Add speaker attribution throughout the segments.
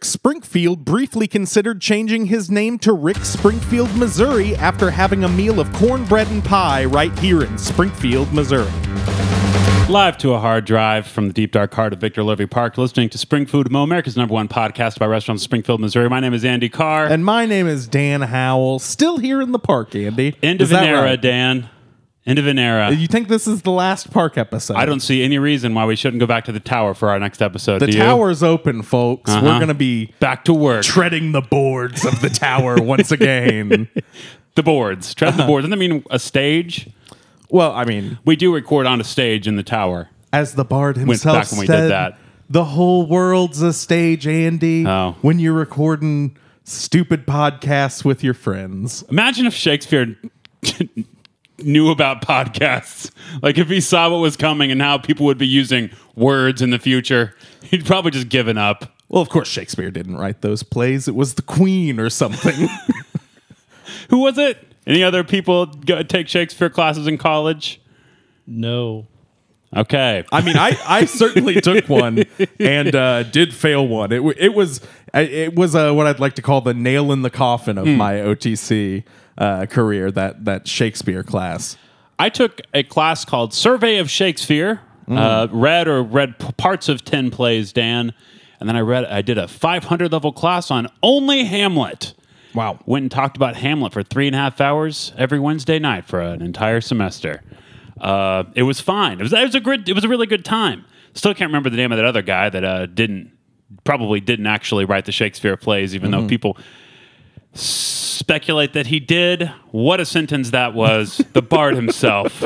Speaker 1: Springfield briefly considered changing his name to Rick Springfield, Missouri after having a meal of cornbread and pie right here in Springfield, Missouri.
Speaker 2: Live to a hard drive from the deep dark heart of Victor Levy Park, listening to Spring Food Mo, America's number one podcast by restaurants in Springfield, Missouri. My name is Andy Carr.
Speaker 1: And my name is Dan Howell, still here in the park, Andy.
Speaker 2: End
Speaker 1: Is
Speaker 2: of an
Speaker 1: that
Speaker 2: era,
Speaker 1: right? Uh,
Speaker 2: Dan. End of an era.
Speaker 1: You think this is the last park episode?
Speaker 2: I don't see any reason why we shouldn't go back to the tower for our next episode.
Speaker 1: The
Speaker 2: do you?
Speaker 1: tower's open, folks. We're
Speaker 2: Uh-huh.
Speaker 1: going to be
Speaker 2: Back to work.
Speaker 1: treading the boards of the tower once again.
Speaker 2: the boards. Tread
Speaker 1: Uh-huh.
Speaker 2: the boards. Doesn't that mean a stage?
Speaker 1: Well, I mean,
Speaker 2: We do record on a stage in the tower.
Speaker 1: as the bard himself
Speaker 2: back when we did
Speaker 1: said,
Speaker 2: that.
Speaker 1: the whole world's a stage, Andy.
Speaker 2: Oh.
Speaker 1: When you're recording stupid podcasts with your friends,
Speaker 2: Imagine if Shakespeare knew about podcasts. Like if he saw what was coming and how people would be using words in the future, he'd probably just given up.
Speaker 1: well, of course Shakespeare didn't write those plays. It was the Queen or something.
Speaker 2: Who was it? Any other people go take Shakespeare classes in college?
Speaker 3: No.
Speaker 2: Okay.
Speaker 1: I mean, I, I certainly took one and uh, did fail one. It w- it was I- it was uh, what I'd like to call the nail in the coffin of my OTC uh, career that that Shakespeare class.
Speaker 2: I took a class called Survey of Shakespeare. Uh, read or read p- parts of ten plays, Dan, and then I read. I did a 500 level class on only Hamlet.
Speaker 1: Wow.
Speaker 2: Went and talked about Hamlet for three and a half hours every Wednesday night for an entire semester. Uh, it was fine. It was it was a good. It was a really good time. Still can't remember the name of that other guy that uh, didn't probably didn't actually write the Shakespeare plays, even
Speaker 1: Mm-hmm.
Speaker 2: though people speculate that he did. What a sentence that was! The Bard himself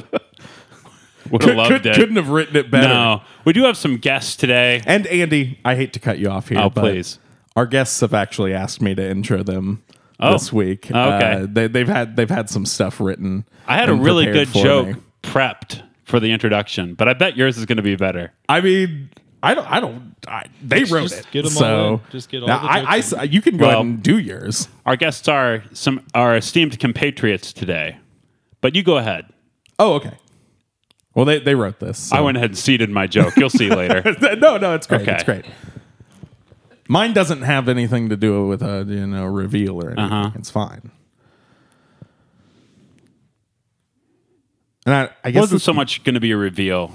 Speaker 2: would have loved it.
Speaker 1: Could, not have written it better.
Speaker 2: no, we do have some guests today.
Speaker 1: And Andy, I hate to cut you off here.
Speaker 2: Oh,
Speaker 1: but
Speaker 2: please.
Speaker 1: Our guests have actually asked me to intro them this week.
Speaker 2: Oh.
Speaker 1: Uh,
Speaker 2: Okay.
Speaker 1: they, they've had they've had some stuff written.
Speaker 2: I had a
Speaker 1: and
Speaker 2: really
Speaker 1: prepared
Speaker 2: good
Speaker 1: for
Speaker 2: joke
Speaker 1: me.
Speaker 2: prepped for the introduction, but I bet yours is going to be better.
Speaker 1: I mean, I don't. I don't. I, they wrote
Speaker 3: just
Speaker 1: it.
Speaker 3: get 'em all
Speaker 1: so
Speaker 3: in. Just get all
Speaker 1: Now,
Speaker 3: the
Speaker 1: I, I
Speaker 3: jokes
Speaker 1: s- you can go
Speaker 2: Well-
Speaker 1: ahead and do yours.
Speaker 2: Our guests are some our esteemed compatriots today, but you go ahead.
Speaker 1: Oh, okay. Well, they they wrote this. so-
Speaker 2: I went ahead and seeded my joke. You'll see later.
Speaker 1: no, no, it's great.
Speaker 2: Okay.
Speaker 1: It's great. Mine doesn't have anything to do with a you know reveal or anything.
Speaker 2: Uh-huh.
Speaker 1: It's fine. And I, I
Speaker 2: It
Speaker 1: guess
Speaker 2: wasn't
Speaker 1: this-
Speaker 2: so much going to be a reveal.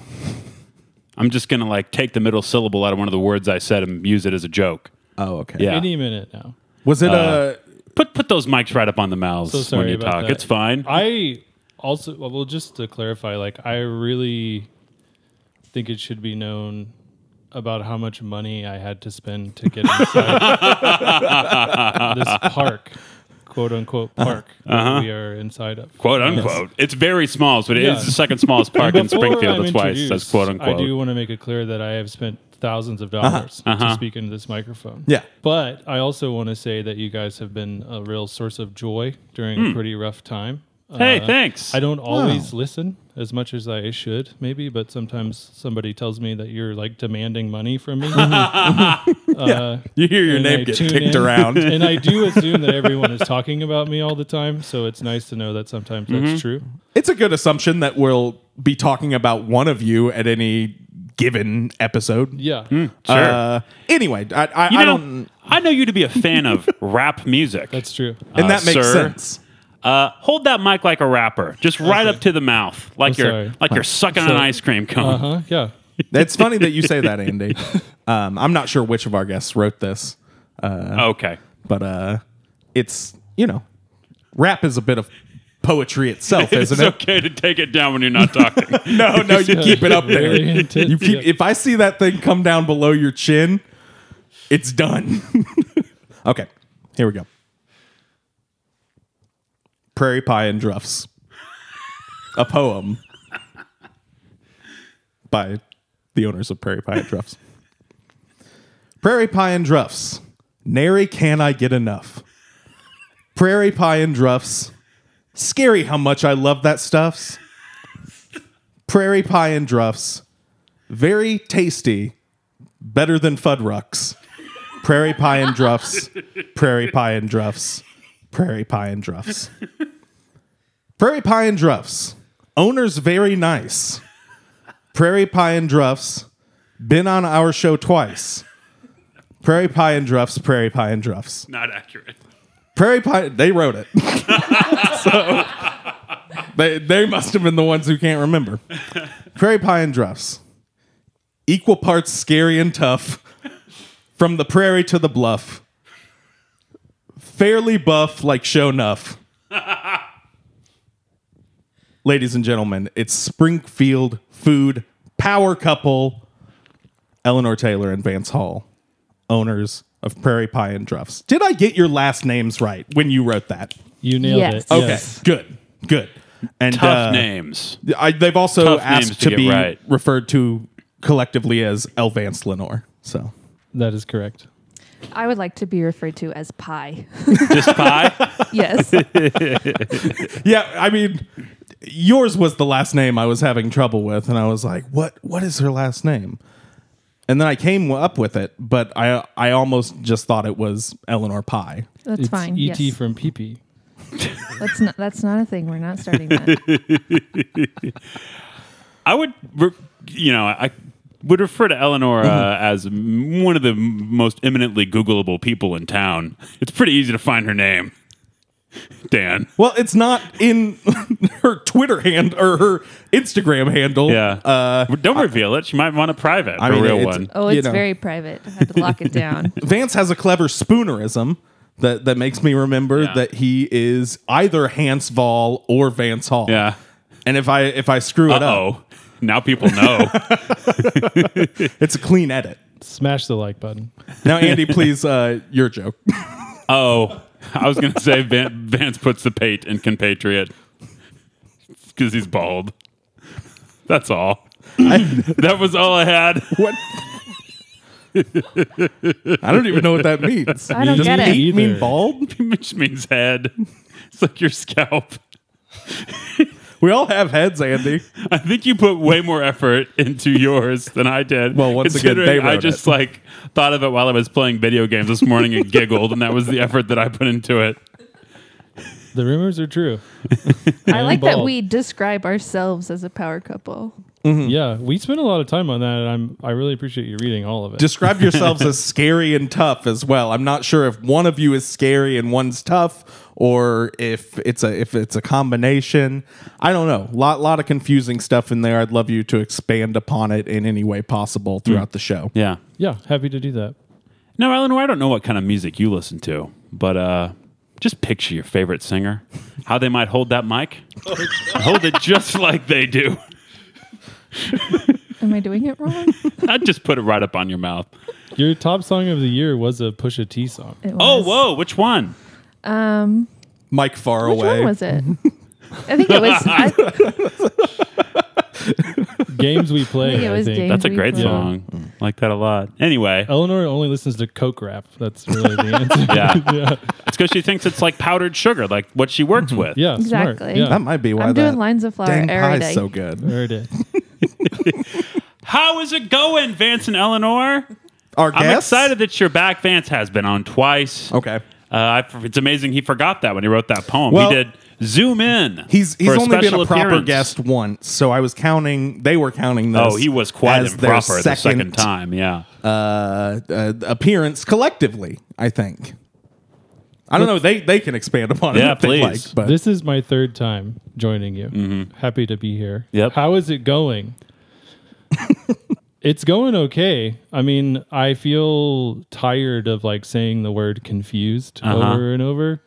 Speaker 2: I'm just going to like take the middle syllable out of one of the words I said and use it as a joke.
Speaker 1: Oh, okay.
Speaker 2: Yeah. Uh,
Speaker 3: Any minute now.
Speaker 1: Was it uh, a?
Speaker 2: Put put those mics right up on the mouths
Speaker 3: So sorry
Speaker 2: when you
Speaker 3: about
Speaker 2: talk.
Speaker 3: that.
Speaker 2: It's fine.
Speaker 3: I also well, just to clarify, like I really think it should be known about how much money I had to spend to get inside this park, quote unquote
Speaker 2: Uh-huh.
Speaker 3: park that we are inside of.
Speaker 2: quote unquote. It's very small, but it is
Speaker 3: Yeah.
Speaker 2: the second smallest park in
Speaker 3: Before
Speaker 2: Springfield.
Speaker 3: I'm
Speaker 2: That's why it says
Speaker 3: introduced,
Speaker 2: quote unquote.
Speaker 3: I do want to make it clear that I have spent thousands
Speaker 2: Uh-huh.
Speaker 3: of dollars to speak into this microphone.
Speaker 1: Yeah.
Speaker 3: But I also want to say that you guys have been a real source of joy during a pretty rough time.
Speaker 2: Hmm. Hey,
Speaker 3: Uh,
Speaker 2: thanks.
Speaker 3: I don't always listen as much as I should, maybe, but sometimes somebody tells me that you're like demanding money from me. Uh,
Speaker 1: You hear your
Speaker 3: and I
Speaker 1: name get
Speaker 3: tune
Speaker 1: kicked
Speaker 3: in,
Speaker 1: around.
Speaker 3: and I do assume that everyone is talking about me all the time, so it's nice to know that sometimes
Speaker 1: Mm-hmm.
Speaker 3: that's true.
Speaker 1: it's a good assumption that we'll be talking about one of you at any given episode.
Speaker 3: Yeah.
Speaker 2: Sure.
Speaker 1: Uh, anyway, I, I,
Speaker 2: you
Speaker 1: I
Speaker 2: know,
Speaker 1: don't,
Speaker 2: I know you to be a fan of rap music.
Speaker 3: That's true.
Speaker 1: and
Speaker 2: uh,
Speaker 1: that makes
Speaker 2: sir.
Speaker 1: sense.
Speaker 2: Uh, hold that mic like a rapper, just right up to the mouth, like
Speaker 3: I'm
Speaker 2: you're
Speaker 3: sorry.
Speaker 2: like
Speaker 1: Uh-huh.
Speaker 2: you're sucking on an ice cream cone.
Speaker 3: Huh? Uh-huh, Yeah.
Speaker 1: It's funny that you say that, Andy. Um, I'm not sure which of our guests wrote this, uh-huh.
Speaker 2: Okay,
Speaker 1: but uh, it's you know, rap is a bit of poetry itself,
Speaker 2: it's
Speaker 1: isn't it?
Speaker 2: okay to take it down when you're not talking.
Speaker 1: No, no, you keep it up there.
Speaker 3: Very
Speaker 1: You
Speaker 3: intense,
Speaker 1: keep.
Speaker 3: yeah.
Speaker 1: If I see that thing come down below your chin, it's done. okay, here we go. Prairie pie and druffs, a poem by the owners of Prairie Pie and Druffs. Prairie Pie and Druffs. Nary can I get enough. Prairie Pie and Druffs. Scary how much I love that stuffs. Prairie Pie and Druffs. Very tasty. Better than Fuddrucks. Prairie Pie and Druffs. Prairie Pie and Druffs. Prairie Pie and Druffs. Prairie Pie and Druffs. Owners very nice. Prairie Pie and Druffs. Been on our show twice. Prairie Pie and Druffs, Prairie Pie and Druffs.
Speaker 2: Not accurate.
Speaker 1: Prairie Pie, they wrote it. so they, they must have been the ones who can't remember. Prairie Pie and Druffs. Equal parts scary and tough. From the prairie to the bluff. Fairly buff like show enough. Ladies and gentlemen, it's Springfield Food Power Couple, Eleanor Taylor and Vance Hall owners of Prairie Pie and Druffs. Did I get your last names right when you wrote that?
Speaker 3: You nailed
Speaker 4: Yes.
Speaker 3: it.
Speaker 4: Okay.
Speaker 3: Yes.
Speaker 1: good, good. And
Speaker 2: Tough
Speaker 1: uh,
Speaker 2: names.
Speaker 1: I, they've also
Speaker 2: Tough names
Speaker 1: asked
Speaker 2: to
Speaker 1: to,
Speaker 2: get
Speaker 1: be
Speaker 2: right.
Speaker 1: referred to collectively as Elvance Lenore. So
Speaker 3: That is correct.
Speaker 4: I would like to be referred to as Pie.
Speaker 2: Just pie.
Speaker 4: yes.
Speaker 1: yeah, I mean, yours was the last name I was having trouble with, and I was like, what What is her last name? And then I came up with it, but I I almost just thought it was Eleanor Pie.
Speaker 4: That's
Speaker 3: It's
Speaker 4: fine.
Speaker 3: E.T.
Speaker 4: yes.
Speaker 3: from PP.
Speaker 4: that's not that's not a thing. We're not starting that.
Speaker 2: I would, re- you know, I would refer to Eleanor uh,
Speaker 1: Mm-hmm.
Speaker 2: as m- one of the m- most eminently Googleable people in town. It's pretty easy to find her name. Dan.
Speaker 1: Well, it's not in her Twitter hand or her Instagram handle.
Speaker 2: Yeah.
Speaker 1: Uh,
Speaker 2: Don't reveal it. She might want a private,
Speaker 1: I
Speaker 2: for
Speaker 1: mean,
Speaker 2: real
Speaker 1: it's-
Speaker 2: one.
Speaker 4: Oh,
Speaker 1: You
Speaker 4: it's
Speaker 1: know.
Speaker 4: very private. I had to lock it down.
Speaker 1: Vance has a clever spoonerism that, that makes me remember
Speaker 2: Yeah.
Speaker 1: that he is either Hans Vol or Vance Hall.
Speaker 2: Yeah.
Speaker 1: And if I if I screw it up,
Speaker 2: Oh, now people know.
Speaker 1: it's a clean edit.
Speaker 3: Smash the like button.
Speaker 1: Now, Andy, please, uh, your joke.
Speaker 2: oh, I was going to say Van- Vance puts the pate in compatriot because he's bald. That's all. that was all I had.
Speaker 1: What? I don't even know what that means.
Speaker 4: I don't
Speaker 1: Does
Speaker 4: get it.
Speaker 1: Pete mean
Speaker 3: Either.
Speaker 1: bald?
Speaker 2: Which means head. It's like your scalp.
Speaker 1: We all have heads, Andy.
Speaker 2: I think you put way more effort into yours than I did.
Speaker 1: Well, once again, they
Speaker 2: considering I
Speaker 1: wrote
Speaker 2: just
Speaker 1: it.
Speaker 2: like thought of it while I was playing video games this morning and giggled, and that was the effort that I put into it.
Speaker 3: The rumors are true.
Speaker 4: I like that
Speaker 3: bald.
Speaker 4: we describe ourselves as a power couple.
Speaker 1: Hmm.
Speaker 3: Yeah, we spent a lot of time on that, and I'm I really appreciate you reading all of it.
Speaker 1: Describe yourselves as scary and tough as well. I'm not sure if one of you is scary and one's tough, or if it's a if it's a combination. I don't know. Lot lot of confusing stuff in there. I'd love you to expand upon it in any way possible throughout the show.
Speaker 2: Hmm. Yeah.
Speaker 3: yeah, happy to do that.
Speaker 2: No, Eleanor, I don't know what kind of music you listen to, but uh, just picture your favorite singer, how they might hold that mic, hold it just like they do.
Speaker 4: Am I doing it wrong?
Speaker 2: I'd just put it right up on your mouth.
Speaker 3: Your top song of the year was a Pusha T song.
Speaker 4: It
Speaker 2: Oh,
Speaker 4: was.
Speaker 2: whoa, which one?
Speaker 4: Um,
Speaker 1: Mike far
Speaker 4: which
Speaker 1: away.
Speaker 4: one was it? I think it was. I think
Speaker 3: Games we play. I think.
Speaker 4: it was. Games
Speaker 2: That's a
Speaker 4: We
Speaker 2: great
Speaker 4: Play.
Speaker 2: song. Mm. Like that a lot. Anyway,
Speaker 3: Eleanor only listens to Coke rap. That's really the answer.
Speaker 2: yeah. It's because she thinks it's like powdered sugar, like what she works with.
Speaker 3: Yeah, smart.
Speaker 4: Exactly.
Speaker 3: Yeah,
Speaker 1: That might be why
Speaker 4: I'm
Speaker 1: that
Speaker 4: doing lines of flour
Speaker 1: dang pie's
Speaker 4: every day.
Speaker 1: so good.
Speaker 3: There it is.
Speaker 2: How is it going, Vance and Eleanor?
Speaker 1: Our
Speaker 2: I'm
Speaker 1: guest.
Speaker 2: excited that you're back. Vance has been on twice.
Speaker 1: Okay.
Speaker 2: Uh, I, it's amazing he forgot that when he wrote that poem.
Speaker 1: Well,
Speaker 2: he did zoom in.
Speaker 1: He's he's
Speaker 2: for
Speaker 1: only been
Speaker 2: special
Speaker 1: a proper
Speaker 2: appearance.
Speaker 1: guest once, so I was counting. They were counting this.
Speaker 2: Oh, he was quite
Speaker 1: as their
Speaker 2: improper the second time. Yeah,
Speaker 1: uh, uh, appearance collectively. I think. I don't know. They they can expand upon it.
Speaker 2: Yeah,
Speaker 1: if they
Speaker 2: please.
Speaker 1: Like, but
Speaker 3: This is my third time joining you. Happy to be here.
Speaker 2: Mm-hmm. Yep.
Speaker 3: How is it going? it's going okay. I mean, I feel tired of like saying the word confused
Speaker 2: Uh-huh.
Speaker 3: over and over.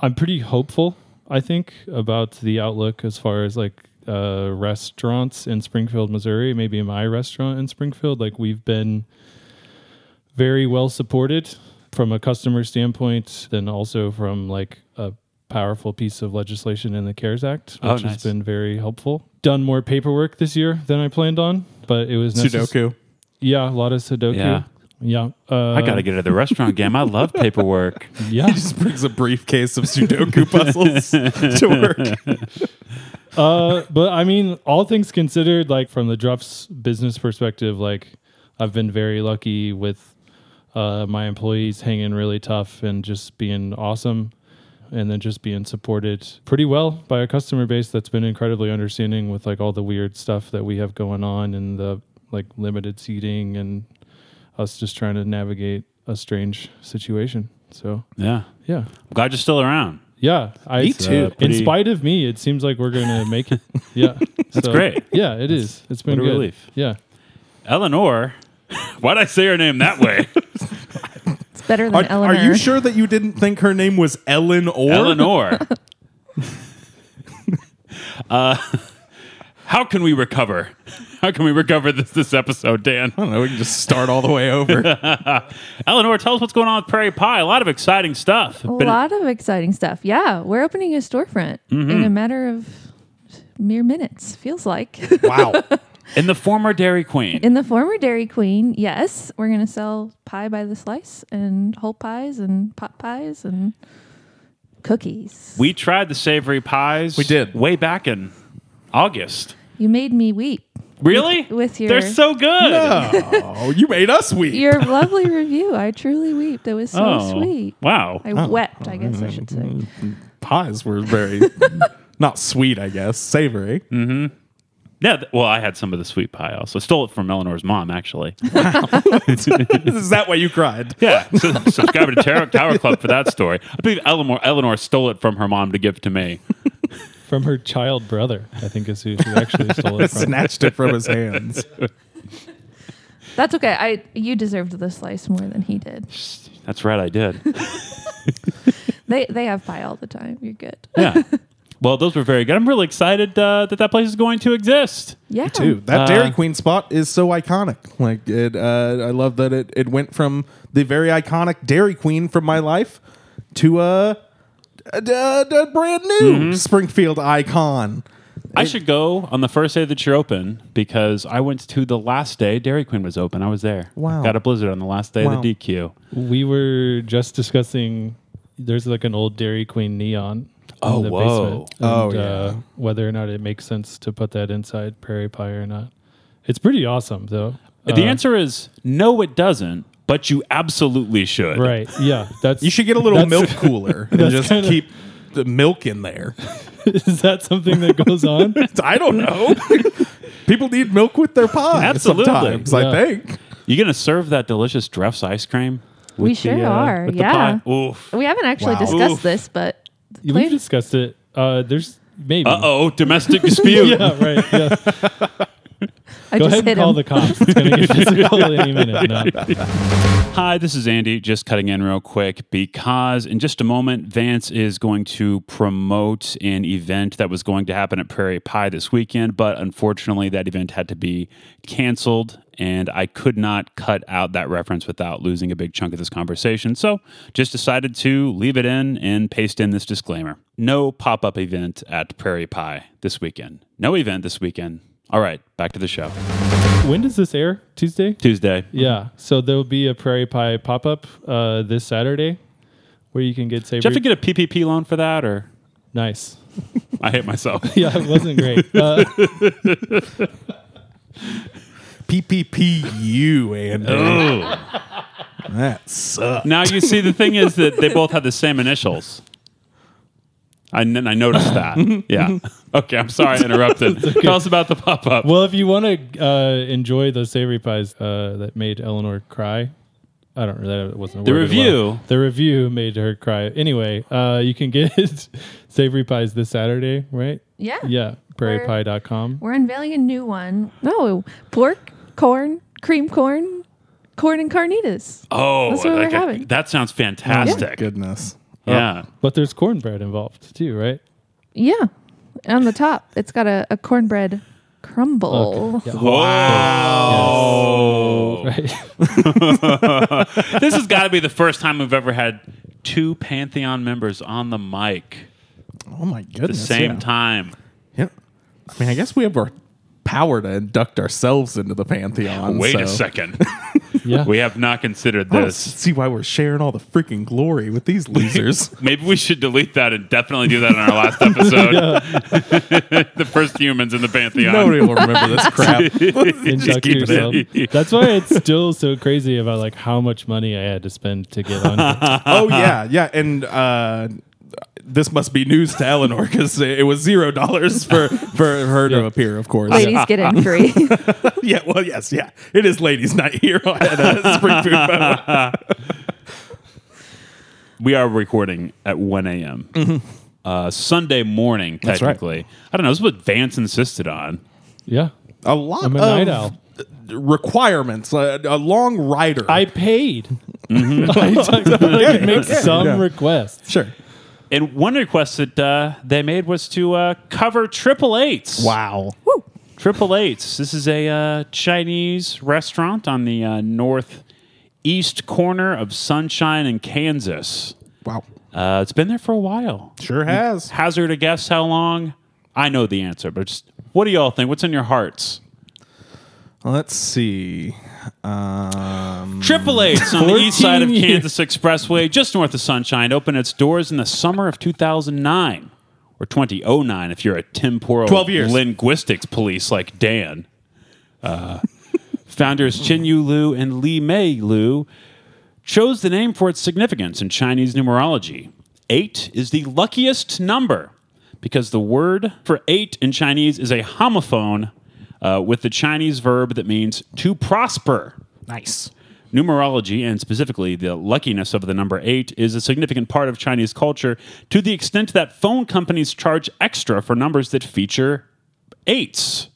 Speaker 3: I'm pretty hopeful, I think, about the outlook as far as like uh, restaurants in Springfield, Missouri. Maybe my restaurant in Springfield. Like we've been very well supported from a customer standpoint and also from like a powerful piece of legislation in the CARES Act, which
Speaker 2: Oh, nice.
Speaker 3: has been very helpful. Done more paperwork this year than I planned on, but it was necess-
Speaker 1: Sudoku.
Speaker 3: Yeah, a lot of Sudoku.
Speaker 2: Yeah.
Speaker 3: Yeah. Uh,
Speaker 2: I got to get out of the restaurant game. I love paperwork.
Speaker 3: Yeah.
Speaker 1: Just brings a briefcase of Sudoku puzzles to work.
Speaker 3: uh, but I mean, all things considered, like from the Druff's business perspective, like I've been very lucky with uh, my employees hanging really tough and just being awesome and then just being supported pretty well by a customer base that's been incredibly understanding with like all the weird stuff that we have going on and the like limited seating and us just trying to navigate a strange situation. So
Speaker 2: Yeah.
Speaker 3: yeah,
Speaker 2: I'm glad you're still around.
Speaker 3: yeah. I, uh, me
Speaker 2: too.
Speaker 3: in
Speaker 2: pretty-
Speaker 3: spite of me, it seems like we're gonna make it. Yeah, that's
Speaker 2: great.
Speaker 3: Yeah, it is. It's been
Speaker 2: what a
Speaker 3: good.
Speaker 2: relief.
Speaker 3: Yeah,
Speaker 2: Eleanor. Why'd I say her name that way?
Speaker 4: It's better than
Speaker 1: Are,
Speaker 4: Eleanor.
Speaker 1: are you sure that you didn't think her name was Ellen or
Speaker 2: Eleanor. uh, how can we recover? How can we recover this this episode, Dan?
Speaker 1: I don't know. We can just start all the way over.
Speaker 2: Eleanor, tell us what's going on with Prairie Pie. A lot of exciting stuff.
Speaker 4: A lot of exciting stuff. Yeah, we're opening a storefront
Speaker 1: Mm-hmm.
Speaker 4: in a matter of mere minutes. Feels like.
Speaker 1: wow.
Speaker 2: in the former Dairy Queen.
Speaker 4: in the former Dairy Queen, yes, we're gonna sell pie by the slice and whole pies and pot pies and cookies.
Speaker 2: We tried the savory pies.
Speaker 1: We did.
Speaker 2: Way back in August.
Speaker 4: You made me weep.
Speaker 2: Really?
Speaker 4: with your-
Speaker 2: They're so good.
Speaker 1: Oh, you made us weak.
Speaker 4: Your lovely review. I truly weep. That was so
Speaker 2: Oh,
Speaker 4: sweet.
Speaker 2: Wow.
Speaker 4: I wept. I guess I should say.
Speaker 1: Pies were very not sweet, I guess, savory.
Speaker 2: Yeah. th- well, I had some of the sweet pie also. Stole it from Eleanor's mom, actually.
Speaker 1: Is that why you cried?
Speaker 2: Yeah. So, subscribe to Tarot Tower Club for that story. I believe Eleanor, Eleanor stole it from her mom to give to me.
Speaker 3: from her child brother, I think is who she actually stole it from.
Speaker 1: Snatched it from his hands.
Speaker 4: That's okay. I you deserved the slice more than he did.
Speaker 2: That's right, I did.
Speaker 4: They they have pie all the time. You're good.
Speaker 2: Yeah. Well, those were very good. I'm really excited uh, that that place is going to exist.
Speaker 4: Yeah.
Speaker 1: Too. That Dairy
Speaker 2: Uh,
Speaker 1: Queen spot is so iconic. Like it, uh, I love that it, it went from the very iconic Dairy Queen from my life to a, a, a- a brand new
Speaker 3: Mm-hmm.
Speaker 1: Springfield icon.
Speaker 2: I should go on the first day that you're open because I went to the last day Dairy Queen was open. I was there.
Speaker 1: Wow.
Speaker 2: Got a blizzard on the last day
Speaker 1: Wow.
Speaker 2: of the DQ.
Speaker 3: We were just discussing. There's like an old Dairy Queen neon.
Speaker 2: Oh,
Speaker 3: in the
Speaker 2: whoa.
Speaker 3: Basement,
Speaker 1: Oh,
Speaker 3: and, Uh, whether or not it makes sense to put that inside Prairie Pie or not, it's pretty awesome though. Uh,
Speaker 2: the answer is no, it doesn't, but you absolutely should.
Speaker 3: Right. Yeah. That's
Speaker 1: You should get a little
Speaker 3: that's-
Speaker 1: milk cooler and
Speaker 3: that's
Speaker 1: just
Speaker 3: kinda-
Speaker 1: keep the milk in there.
Speaker 3: Is that something that goes on?
Speaker 1: I don't know. People need milk with their pie.
Speaker 2: Absolutely.
Speaker 1: Sometimes, I
Speaker 3: Yeah.
Speaker 1: think.
Speaker 2: You're going to serve that delicious Dreff's ice cream?
Speaker 4: We sure
Speaker 3: uh,
Speaker 4: are.
Speaker 2: with
Speaker 4: Yeah.
Speaker 2: The pie? Oof.
Speaker 4: We haven't actually
Speaker 1: Wow.
Speaker 4: discussed
Speaker 2: Oof.
Speaker 4: this, but the
Speaker 3: We've
Speaker 4: plan-
Speaker 3: discussed it. Uh, there's maybe.
Speaker 2: Uh oh, domestic dispute.
Speaker 3: Yeah. Right. Yeah.
Speaker 4: I
Speaker 3: Go
Speaker 4: just
Speaker 3: ahead and
Speaker 4: hit
Speaker 3: call
Speaker 4: him.
Speaker 3: the cops. It's gonna get physical any minute. No.
Speaker 2: Hi, this is Andy. Just cutting in real quick because in just a moment, Vance is going to promote an event that was going to happen at Prairie Pie this weekend, but unfortunately, that event had to be canceled, and I could not cut out that reference without losing a big chunk of this conversation. So just decided to leave it in and paste in this disclaimer no pop up event at Prairie Pie this weekend. No event this weekend. All right, back to the show.
Speaker 3: When does this air? Tuesday.
Speaker 2: Tuesday.
Speaker 3: Yeah. So there'll be a Prairie Pie pop up uh, this Saturday, where you can get
Speaker 2: Do you
Speaker 3: savory.
Speaker 2: have to get a PPP loan for that, or?
Speaker 3: nice.
Speaker 2: I hate myself.
Speaker 3: Yeah, it wasn't great. Uh,
Speaker 1: PPPU, Andy.
Speaker 2: Ooh.
Speaker 1: that sucks.
Speaker 2: Now you see the thing is that they both have the same initials. I, n- I noticed that. Yeah. Okay. I'm sorry I interrupted. Tell us about the pop up.
Speaker 3: well, if you want to uh, enjoy those savory pies uh, that made Eleanor cry, I don't know. That wasn't
Speaker 2: The
Speaker 3: worded well.
Speaker 2: review.
Speaker 3: The review made her cry. Anyway, uh, you can get savory pies this Saturday, right?
Speaker 4: Yeah.
Speaker 3: Yeah, prairiepie.com.
Speaker 4: We're unveiling a new one. No, pork, corn, cream corn, corn and carnitas.
Speaker 2: Oh,
Speaker 4: That's what we're
Speaker 2: a-
Speaker 4: having.
Speaker 2: that sounds fantastic. Yeah.
Speaker 1: Goodness.
Speaker 3: But there's cornbread involved too, right?
Speaker 4: Yeah. On the top, it's got a, a cornbread crumble.
Speaker 3: Okay. Yeah.
Speaker 4: Oh.
Speaker 2: Wow.
Speaker 3: Right.
Speaker 2: This has got to be the first time we've ever had two Pantheon members on the mic
Speaker 1: Oh my
Speaker 2: the
Speaker 1: goodness.
Speaker 2: same
Speaker 1: yeah.
Speaker 2: time.
Speaker 1: Yeah. I mean, I guess we have our power to induct ourselves into the pantheon.
Speaker 2: Wait a
Speaker 1: so- Oh,
Speaker 2: second.
Speaker 3: yeah.
Speaker 2: we have not considered
Speaker 1: I don't
Speaker 2: this.
Speaker 1: see why we're sharing all the freaking glory with these losers.
Speaker 2: Maybe we should delete that and definitely do that in our last episode. the first humans in the pantheon.
Speaker 1: Nobody will remember this crap.
Speaker 3: Induct
Speaker 2: keep it
Speaker 3: yourself.
Speaker 2: in.
Speaker 3: That's why it's still so crazy about like how much money I had to spend to get on.
Speaker 1: oh yeah, yeah, and uh, this must be news to Eleanor because it was zero dollars for for her to appear. Of course,
Speaker 4: Ladies get in free.
Speaker 1: yeah. Well, yes, yeah. It is ladies' night here on uh, Spring Food Fest.
Speaker 2: we are recording at 1 a.m. Uh, Sunday morning,
Speaker 1: Mm-hmm. That's right.
Speaker 2: technically. I don't know. This is what Vance insisted on.
Speaker 3: Yeah.
Speaker 1: A lot
Speaker 3: I'm a night
Speaker 1: of
Speaker 3: owl.
Speaker 1: requirements. A, a long rider.
Speaker 3: I paid.
Speaker 2: Mm-hmm.
Speaker 3: I, I could make some requests.
Speaker 1: sure.
Speaker 2: And one request that uh, they made was to uh, cover Triple Eights.
Speaker 1: Wow.
Speaker 2: Triple Eights. This is a uh, Chinese restaurant on the uh, northeast corner of Sunshine in Kansas.
Speaker 1: Wow.
Speaker 2: Uh, it's been there for a while.
Speaker 1: Sure has.
Speaker 2: Hazard a guess how long? I know the answer, but just what do y'all think? What's in your hearts?
Speaker 1: Let's see. Um,
Speaker 2: Triple Eights on the east side of
Speaker 3: 14 years.
Speaker 2: Kansas Expressway, just north of Sunshine, opened its doors in the summer of 2009 or 2009 if you're a temporal
Speaker 1: 12 years.
Speaker 2: linguistics police like Dan. Uh, founders Chin Yu Lu and Li Mei Lu chose the name for its significance in Chinese numerology. Eight is the luckiest number because the word for eight in Chinese is a homophone uh, with the Chinese verb that means to prosper.
Speaker 1: nice.
Speaker 2: Numerology, and specifically the luckiness of the number eight, is a significant part of Chinese culture to the extent that phone companies charge extra for numbers that feature eights.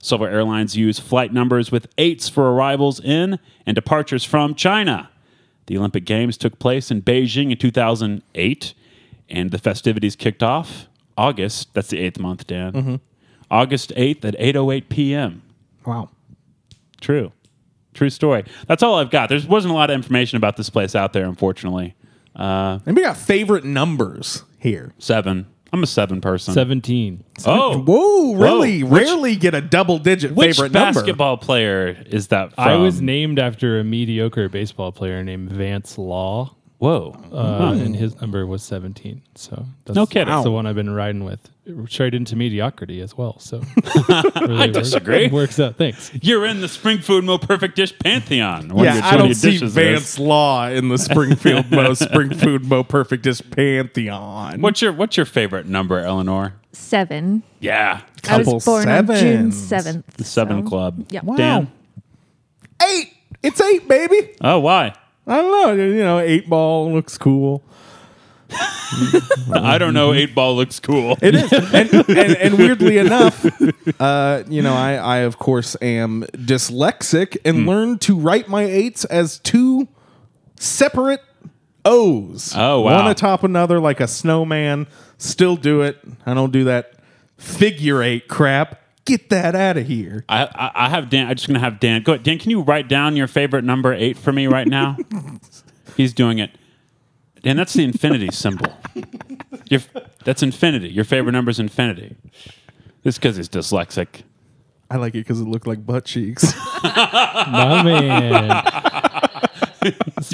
Speaker 2: Several airlines use flight numbers with eights for arrivals in and departures from China. The Olympic Games took place in Beijing in 2008, and the festivities kicked off August. That's the eighth month, Dan. August 8th at 8:08 p.m.
Speaker 1: Wow.
Speaker 2: True. True story. That's all I've got. There wasn't a lot of information about this place out there, unfortunately.
Speaker 1: And we got favorite numbers here.
Speaker 2: Seven. I'm a seven person.
Speaker 3: 17.
Speaker 2: Oh,
Speaker 1: Whoa, really?
Speaker 2: Whoa. Which-
Speaker 1: Rarely get a double digit
Speaker 2: Which
Speaker 1: favorite number.
Speaker 2: basketball player is that from?
Speaker 3: I was named after a mediocre baseball player named Vance Law,
Speaker 2: Whoa.
Speaker 3: uh, and his number was 17. So that's,
Speaker 2: Hmm. No kidding.
Speaker 3: that's the one I've been riding with. Straight into mediocrity as well. So really I
Speaker 2: disagree.
Speaker 3: Works, works out. Thanks.
Speaker 2: You're in the Spring Food Mo Perfect Dish Pantheon. One
Speaker 1: Yeah,
Speaker 2: of your
Speaker 1: I
Speaker 2: 20
Speaker 1: don't see
Speaker 2: dishes is-
Speaker 1: Vance Law in the Springfield Mo Spring Food Mo Perfectist Pantheon.
Speaker 2: What's your What's your favorite number, Eleanor?
Speaker 4: Seven.
Speaker 2: Yeah,
Speaker 4: I was
Speaker 1: Couple
Speaker 4: born on June
Speaker 1: sevens.
Speaker 4: seventh.
Speaker 2: the Seven
Speaker 4: so-
Speaker 2: Club.
Speaker 4: Yeah.
Speaker 2: Dan.
Speaker 1: Eight. It's eight, baby.
Speaker 2: Oh, why?
Speaker 1: I don't know. You know, eight ball looks cool.
Speaker 2: I don't know. Eight ball looks cool.
Speaker 1: It is. and, and, and weirdly enough, uh, you know, I, I, of course, am dyslexic and
Speaker 2: Hmm.
Speaker 1: learned to write my eights as two separate O's.
Speaker 2: Oh, wow.
Speaker 1: One atop another, like a snowman. Still do it. I don't do that figure eight crap. Get that out of here.
Speaker 2: I, I I have Dan. I'm just gonna have Dan. Go ahead. Dan, can you write down your favorite number eight for me right now? He's doing it. Dan, that's the infinity symbol. Your, that's infinity. Your favorite number is infinity. This because he's dyslexic.
Speaker 1: I like it because it looked like butt cheeks.
Speaker 3: My man.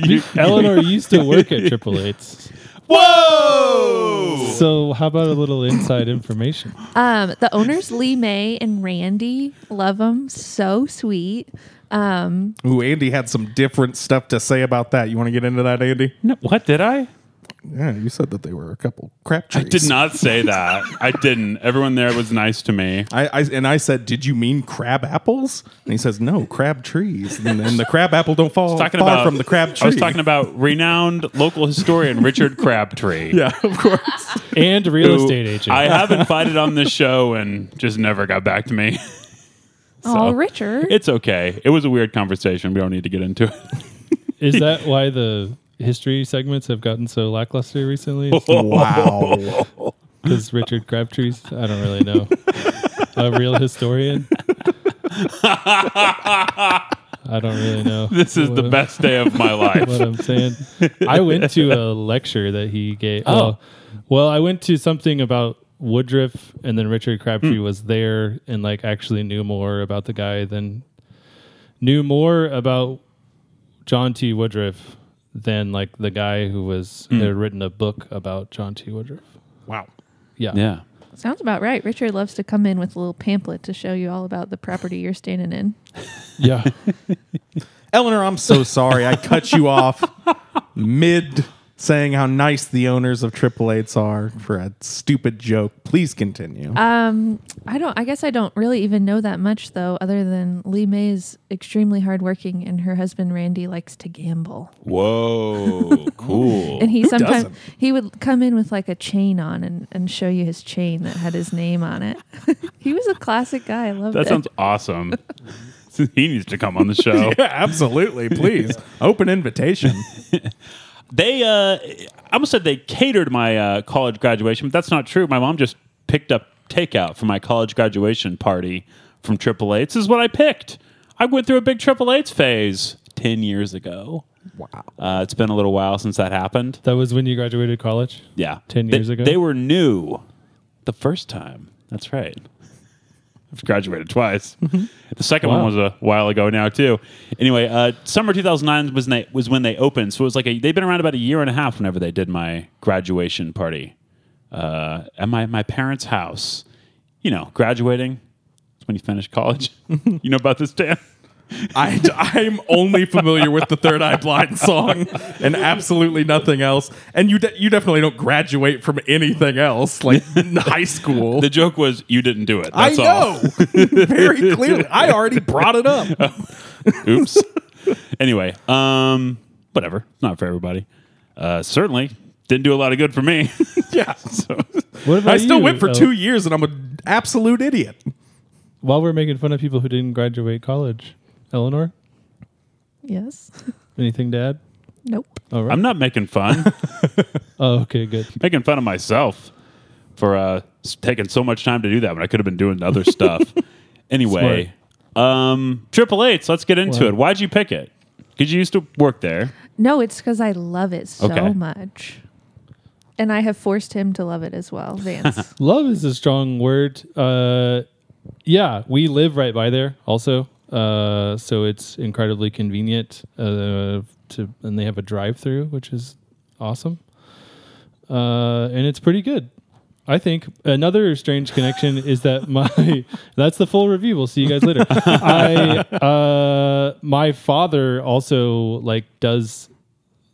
Speaker 2: You-
Speaker 3: Eleanor used to work at Triple Eights.
Speaker 2: Whoa!
Speaker 3: So how about a little inside information?
Speaker 4: Um, the owners Lee May and Randy love them. So sweet.
Speaker 1: Ooh, Andy had some different stuff to say about that. You want to get into that, Andy?
Speaker 2: No, what did I?
Speaker 1: Yeah, you said that they were a couple crap
Speaker 2: I
Speaker 1: trees.
Speaker 2: did not say that. I didn't. Everyone there was nice to me.
Speaker 1: I, I and I said, "Did you mean crab apples?" And he says, "No, crab trees." And, and the crab apple don't fall Oh, far
Speaker 2: Talking about
Speaker 1: from the crab tree.
Speaker 2: I was talking about renowned local historian Richard Crabtree.
Speaker 1: yeah, of course.
Speaker 3: And real
Speaker 2: who
Speaker 3: estate agent.
Speaker 2: I have invited on this show and just never got back to me.
Speaker 4: Oh, Richard.
Speaker 2: It's okay. It was a weird conversation. We don't need to get into it.
Speaker 3: Is that why the history segments have gotten so lackluster recently?
Speaker 1: wow.
Speaker 3: Because Richard Crabtree's, I don't really know, a real historian. I don't really know.
Speaker 2: This is the
Speaker 3: what-
Speaker 2: best day of my
Speaker 3: What
Speaker 2: life.
Speaker 3: I'm saying. I went to a lecture that he gave. Oh. Well, well, I went to something about Woodruff, and then Richard
Speaker 1: Hmm.
Speaker 3: Crabtree was there and like actually knew more about the guy than knew more about John T. Woodruff than like the guy who was had written a book about John T. Woodruff.
Speaker 1: Hmm. Wow.
Speaker 3: Yeah.
Speaker 2: Yeah.
Speaker 4: Sounds about right. Richard loves to come in with a little pamphlet to show you all about the property you're standing in.
Speaker 3: Yeah.
Speaker 1: Eleanor, I'm so sorry I cut you off mid saying how nice the owners of Triple Eights are for a stupid joke. Please continue.
Speaker 4: Um, I don't. I guess I don't really even know that much though, other than Lee May is extremely hardworking, and her husband Randy likes to gamble.
Speaker 2: Whoa, cool.
Speaker 4: And he sometimes
Speaker 1: doesn't?
Speaker 4: he would come in with like a chain on and, and show you his chain that had his name on it. he was a classic guy. I loved
Speaker 2: that
Speaker 4: it.
Speaker 2: sounds awesome. he needs to come on the show.
Speaker 1: yeah, absolutely. Please. Open invitation.
Speaker 2: They, uh, I almost said they catered my uh, college graduation, but that's not true. My mom just picked up takeout for my college graduation party from Triple Eights. Is what I picked. I went through a big Triple Eights phase ten years ago. Wow, uh, it's been a little while since that happened.
Speaker 3: That was when you graduated college.
Speaker 2: Yeah,
Speaker 3: 10
Speaker 2: They-
Speaker 3: years ago?
Speaker 2: they were new the first time. That's right. I've graduated twice. The second one
Speaker 3: Wow.
Speaker 2: was a while ago now too. Anyway, uh, summer 2009 was when they, was when they opened, so it was like a, they've been around about a year and a half. Whenever they did my graduation party uh, at my my parents' house, you know, graduating is when you finish college. you know about this, Dan?
Speaker 1: I, I'm only familiar with the Third Eye Blind song and absolutely nothing else. And you de- you definitely don't graduate from anything else, like in high school.
Speaker 2: The joke was you didn't do it.
Speaker 1: I
Speaker 2: That's all.
Speaker 1: know very clearly. I already brought it up.
Speaker 2: Oops. anyway, um, whatever. It's not for everybody. Uh, certainly didn't do a lot of good for me.
Speaker 1: Yeah,
Speaker 2: so,
Speaker 3: What about
Speaker 1: I still
Speaker 3: you,
Speaker 1: went for
Speaker 3: El?
Speaker 1: two years, and I'm an absolute idiot.
Speaker 3: While we're making fun of people who didn't graduate college, Eleanor,
Speaker 4: yes.
Speaker 3: anything to add?
Speaker 4: Nope.
Speaker 3: All right.
Speaker 2: I'm not making fun.
Speaker 3: oh, okay, good.
Speaker 2: making fun of myself for uh, s- taking so much time to do that when I could have been doing other stuff. anyway, um, Triple Eights. Let's get into
Speaker 3: Wow.
Speaker 2: it. Why'd you pick it? Because you used to work there.
Speaker 4: No, it's because I love it so
Speaker 2: Okay.
Speaker 4: much, and I have forced him to love it as well, Vance.
Speaker 3: Love is a strong word. Uh, yeah, we live right by there also. Uh, so it's incredibly convenient uh, to, and they have a drive through, which is awesome. Uh, and it's pretty good. I think another strange connection is that my that's the full review. We'll see you guys later. I uh, my father also like does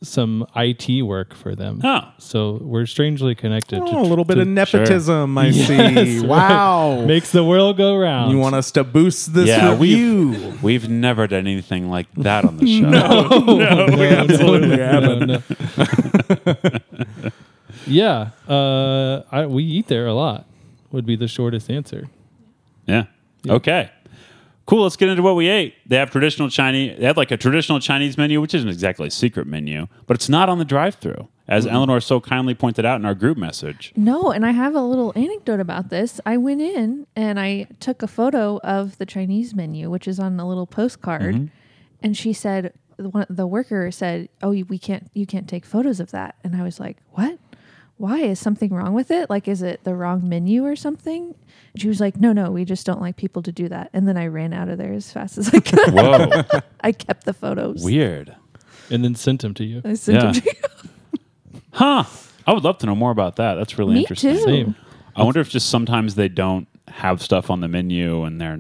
Speaker 3: some IT work for them.
Speaker 2: Oh.
Speaker 3: So we're strangely connected. to
Speaker 1: Oh, a little bit
Speaker 3: to
Speaker 1: of nepotism, I see.
Speaker 3: right.
Speaker 1: Wow.
Speaker 3: makes the world go round.
Speaker 1: you want us to boost this
Speaker 2: Yeah,
Speaker 1: review?
Speaker 2: We've never done anything like that on the show.
Speaker 1: no, we absolutely haven't.
Speaker 3: yeah, uh, I, we eat there a lot. Would be the shortest answer.
Speaker 2: Yeah. Okay. Cool. Let's get into what we ate. They have traditional Chinese. They have like a traditional Chinese menu, which isn't exactly a secret menu, but it's not on the drive-through, as Eleanor so kindly pointed out in our group message.
Speaker 4: No, and I have a little anecdote about this. I went in and I took a photo of the Chinese menu, which is on a little postcard, and she said the one- the worker said, "Oh, you- we can't you can't take photos of that." And I was like, "What? Why is something wrong with it? Like is it the wrong menu or something?" And she was like, "No, no, we just don't like people to do that." And then I ran out of there as fast as I could.
Speaker 2: Whoa,
Speaker 4: I kept the photos.
Speaker 2: weird,
Speaker 3: And then sent them to you.
Speaker 4: I sent them
Speaker 2: Yeah.
Speaker 4: to you.
Speaker 2: huh? I would love to know more about that. That's really
Speaker 4: Me
Speaker 2: interesting.
Speaker 4: too.
Speaker 3: Same.
Speaker 2: I wonder if just sometimes they don't have stuff on the menu and they're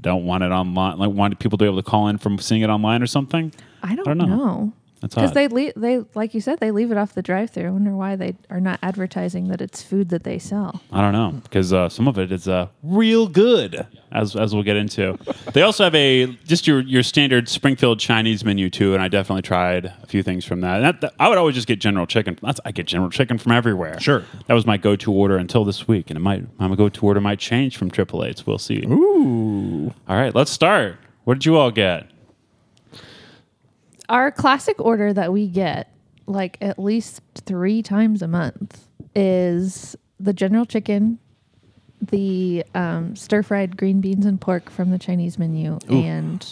Speaker 2: don't want it online, like want people to be able to call in from seeing it online or something.
Speaker 4: I don't,
Speaker 2: I don't know.
Speaker 4: know.
Speaker 2: That's
Speaker 4: Because
Speaker 2: odd.
Speaker 4: they le- they like you said they leave it off the drive-through. I wonder why they are not advertising that it's food that they sell.
Speaker 2: I don't know because uh, some of it is uh, real good, as as we'll get into. they also have a just your your standard Springfield Chinese menu too, and I definitely tried a few things from that. And that, that- I would always just get general chicken. That's, I get general chicken from everywhere.
Speaker 1: Sure.
Speaker 2: that was my go to order until this week, and it might my go to order might change from Triple Eights. We'll see. Ooh, all right, let's start. What did you all get?
Speaker 4: Our classic order that we get like at least three times a month is the general chicken, the um, stir-fried green beans and pork from the Chinese menu, and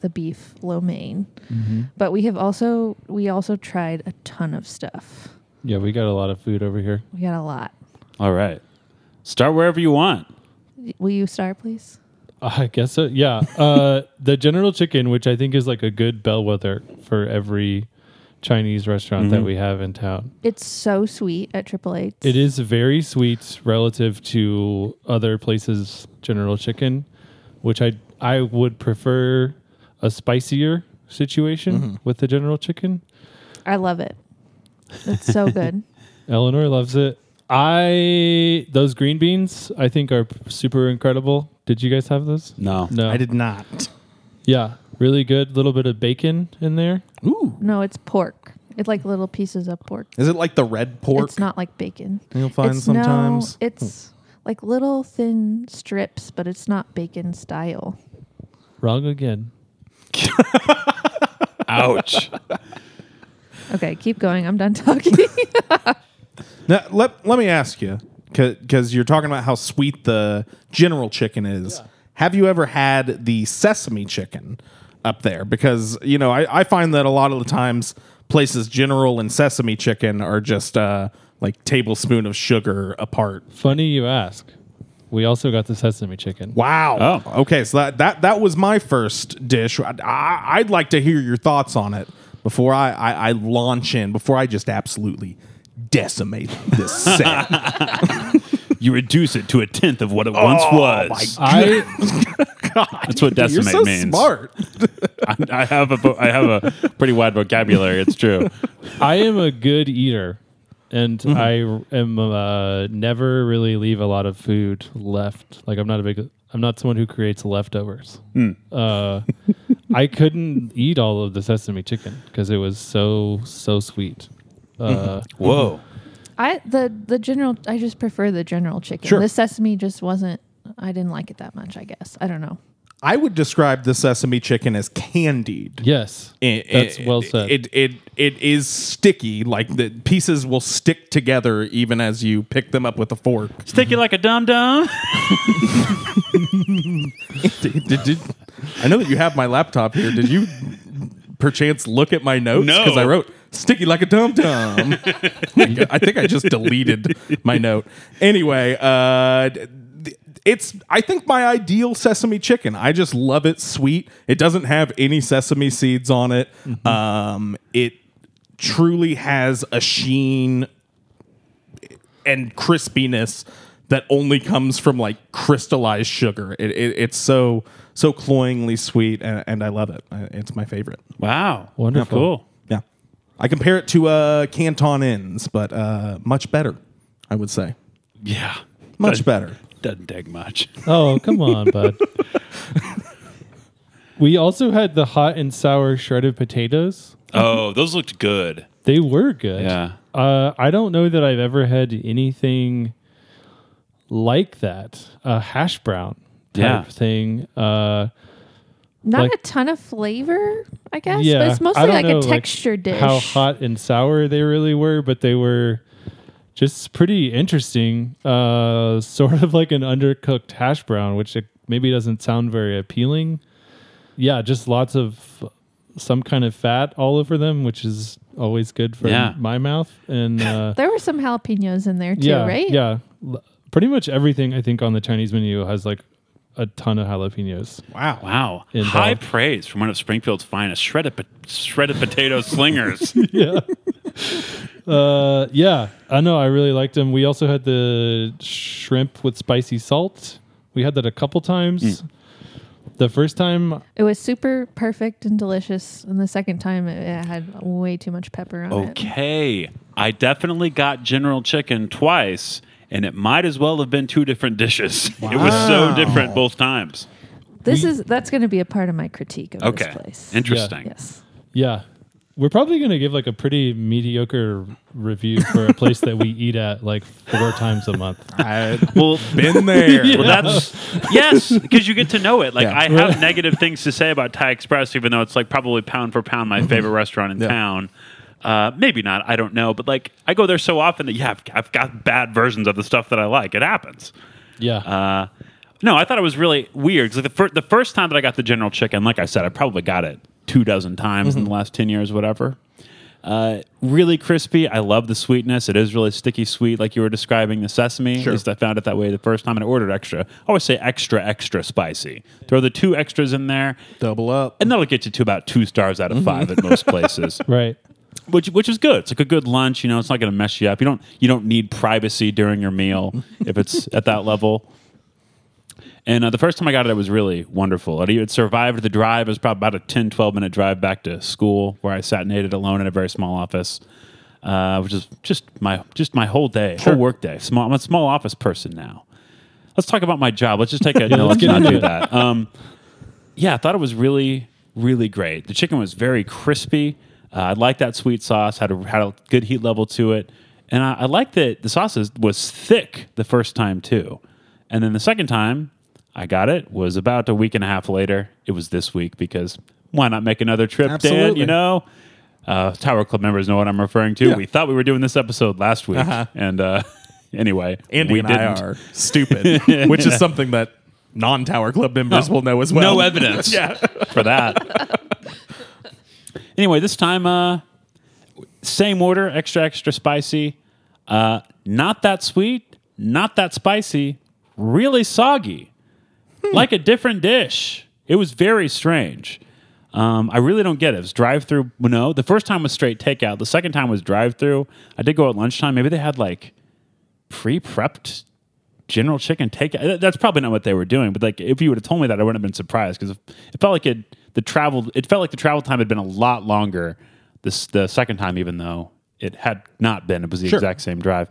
Speaker 4: the beef lo mein.
Speaker 2: Mm-hmm.
Speaker 4: But we have also we also tried a ton of stuff.
Speaker 3: Yeah, we got a lot of food over here.
Speaker 4: We got a lot.
Speaker 2: All right, start wherever you want.
Speaker 4: Will you start, please?
Speaker 3: I guess so. Yeah. Uh, the General Chicken, which I think is like a good bellwether for every Chinese restaurant that we have in town.
Speaker 4: It's so sweet at Triple H.
Speaker 3: It is very sweet relative to other places General Chicken, which I I would prefer
Speaker 1: Mm-hmm.
Speaker 3: a spicier situation with the General Chicken.
Speaker 4: I love it. It's so good.
Speaker 3: Eleanor loves it. I those green beans I think are super incredible. Did you guys have those?
Speaker 2: No.
Speaker 3: No.
Speaker 1: I did not.
Speaker 3: Yeah, really good. Little bit of bacon in there.
Speaker 1: Ooh.
Speaker 4: No, it's pork. It's like little pieces of pork.
Speaker 1: Is it like the red pork?
Speaker 4: It's not like bacon.
Speaker 1: You'll find
Speaker 4: it's
Speaker 1: sometimes.
Speaker 4: No, it's like little thin strips, but it's not bacon style.
Speaker 3: Wrong again.
Speaker 2: Ouch.
Speaker 4: Okay, keep going. I'm done talking.
Speaker 1: Now, let let me ask you, because you're talking about how sweet the general chicken is. Have you ever had the sesame chicken up there? Because you know, I, I find that a lot of the times places general and sesame chicken are just uh, like tablespoon of sugar apart.
Speaker 3: Funny you ask. We also got the sesame chicken.
Speaker 1: Wow.
Speaker 2: Oh.
Speaker 1: Okay, so that that that was my first dish. I, I, I'd like to hear your thoughts on it before I, I, I launch in. Before I just absolutely decimate this set.
Speaker 2: you reduce it to a tenth of what it once was.
Speaker 3: I
Speaker 2: That's what decimate
Speaker 1: You're so
Speaker 2: means.
Speaker 1: smart.
Speaker 2: I, I have a vo- I have a pretty wide vocabulary. It's true.
Speaker 3: I am a good eater, and I am uh, never really leave a lot of food left. Like I'm not a big, I'm not someone who creates leftovers. Uh, I couldn't eat all of the sesame chicken because it was so so sweet. Uh,
Speaker 2: Whoa.
Speaker 4: I the the general. I just prefer the general chicken.
Speaker 1: Sure.
Speaker 4: The sesame just wasn't. I didn't like it that much. I guess I don't know.
Speaker 1: I would describe the sesame chicken as candied.
Speaker 3: yes,
Speaker 1: It-
Speaker 3: that's
Speaker 1: it-
Speaker 3: well said.
Speaker 1: Eh, It it it is sticky. Like the pieces will stick together even as you pick them up with a fork.
Speaker 2: Sticky like a dum dum.
Speaker 1: Did- did- did- I know that you have my laptop here. Did you perchance look at my notes?
Speaker 2: No.
Speaker 1: Because I wrote sticky like a dum dum. I think I just deleted my note. Anyway, uh, d- th- it's I think my ideal sesame chicken. I just love it sweet. It doesn't have any sesame seeds on it. Um, it truly has a sheen and crispiness that only comes from like crystallized sugar. It, it, it's so so cloyingly sweet, and, and I love it. I- It's my favorite.
Speaker 2: Wow.
Speaker 3: Wonderful.
Speaker 2: Cool.
Speaker 1: Yeah, I compare it to uh, Canton Inns, but uh, much better. I would say
Speaker 2: Yeah.
Speaker 1: much better.
Speaker 2: Doesn't take much.
Speaker 3: oh come on, bud. we also had the hot and sour shredded potatoes.
Speaker 2: Oh, those looked good.
Speaker 3: They were good.
Speaker 2: Yeah.
Speaker 3: Uh, I don't know that I've ever had anything like that. A hash brown type
Speaker 2: Yeah.
Speaker 3: thing. Uh,
Speaker 4: Not
Speaker 3: Like-
Speaker 4: a ton of flavor. I guess.
Speaker 3: yeah.
Speaker 4: But it's mostly
Speaker 3: I don't
Speaker 4: like
Speaker 3: know,
Speaker 4: a texture dish.
Speaker 3: How hot and sour they really were, but they were just pretty interesting. Uh, sort of like an undercooked hash brown, which it maybe doesn't sound very appealing. Yeah, just lots of some kind of fat all over them, which is always good for
Speaker 2: Yeah.
Speaker 3: my mouth. And uh,
Speaker 4: There were some jalapenos in there too,
Speaker 3: yeah,
Speaker 4: right?
Speaker 3: Yeah. L- Pretty much everything I think on the Chinese menu has like a ton of jalapenos.
Speaker 1: Wow.
Speaker 2: Wow.
Speaker 3: Involved.
Speaker 2: High praise from one of Springfield's finest shredded, po- shredded potato slingers.
Speaker 3: yeah. Uh, yeah. I know. I really liked them. We also had the shrimp with spicy salt. We had that a couple times.
Speaker 4: Mm.
Speaker 3: The first time,
Speaker 4: It was super perfect and delicious. And the second time, it it had way too much pepper on it.
Speaker 2: Okay. I definitely got General Chicken twice, and it might as well have been two different dishes. It was so different both times.
Speaker 4: This is that's going to be a part of my critique of
Speaker 2: Okay.
Speaker 4: this place.
Speaker 2: Interesting.
Speaker 4: yes.
Speaker 3: yeah, we're probably going to give like a pretty mediocre review for a place that we eat at like four times a month.
Speaker 1: I've
Speaker 2: Well,
Speaker 1: been there.
Speaker 2: well, that's yes, because you get to know it. Like
Speaker 1: Yeah.
Speaker 2: I have negative things to say about Thai Express, even though it's like probably pound for pound my favorite restaurant in
Speaker 1: Yeah.
Speaker 2: town. Uh, maybe not. I don't know. But like I go there so often that yeah, I've, I've got bad versions of the stuff that I like. It happens.
Speaker 3: Yeah.
Speaker 2: Uh, no, I thought it was really weird. 'cause the, fir- the first time that I got the General Chicken, like I said, I probably got it two dozen times in the last 10 years, whatever. Uh, really crispy. I love the sweetness. It is really sticky sweet, like you were describing the sesame.
Speaker 1: Sure.
Speaker 2: At least I found it that way the first time and I ordered extra. I always say extra, extra spicy. Throw the two extras in there,
Speaker 1: double up.
Speaker 2: and that'll get you to about two stars out of five at most places
Speaker 3: right.
Speaker 2: which which is good. It's like a good lunch. You know, it's not going to mess you up. You don't you don't need privacy during your meal if it's at that level. And uh, the first time I got it, it was really wonderful. It, it survived the drive. It was probably about a 10, 12 minute drive back to school where I sat and ate it alone in a very small office. uh, which is just my just my whole day, whole work day. Small, I'm a small office person now. Let's talk about my job. Let's just take a no. Let's
Speaker 3: let's get
Speaker 2: not
Speaker 3: into
Speaker 2: do
Speaker 3: it.
Speaker 2: that. Um, yeah, I thought it was really really great. The chicken was very crispy. Uh, I liked that sweet sauce. Had a had a good heat level to it, and I, I liked that the sauce is, was thick the first time too, and then the second time I got it was about a week and a half later. It was this week because why not make another trip, Dan?
Speaker 1: Absolutely.
Speaker 2: You know. Uh, Tower Club members know what I'm referring to.
Speaker 1: Yeah. Uh-huh.
Speaker 2: We thought we were doing this episode last week, and uh, anyway,
Speaker 1: Andy
Speaker 2: we
Speaker 1: and
Speaker 2: didn't.
Speaker 1: I are stupid, which is something that non-Tower Club members will know as well.
Speaker 2: No evidence
Speaker 1: yeah.
Speaker 2: for that. anyway, this time, uh, same order, extra extra spicy. Uh, not that sweet, not that spicy. Really soggy,
Speaker 1: Hmm.
Speaker 2: like a different dish. It was very strange. Um, I really don't get it. It was drive through. No, the first time was straight takeout. The second time was drive through. I did go at lunchtime. Maybe they had like pre prepped general chicken takeout. Th- That's probably not what they were doing. But like, if you would have told me that, I wouldn't have been surprised because it felt like it the travel. It felt like the travel time had been a lot longer. This the second time, even though it had not been. It was the
Speaker 1: Sure.
Speaker 2: exact same drive.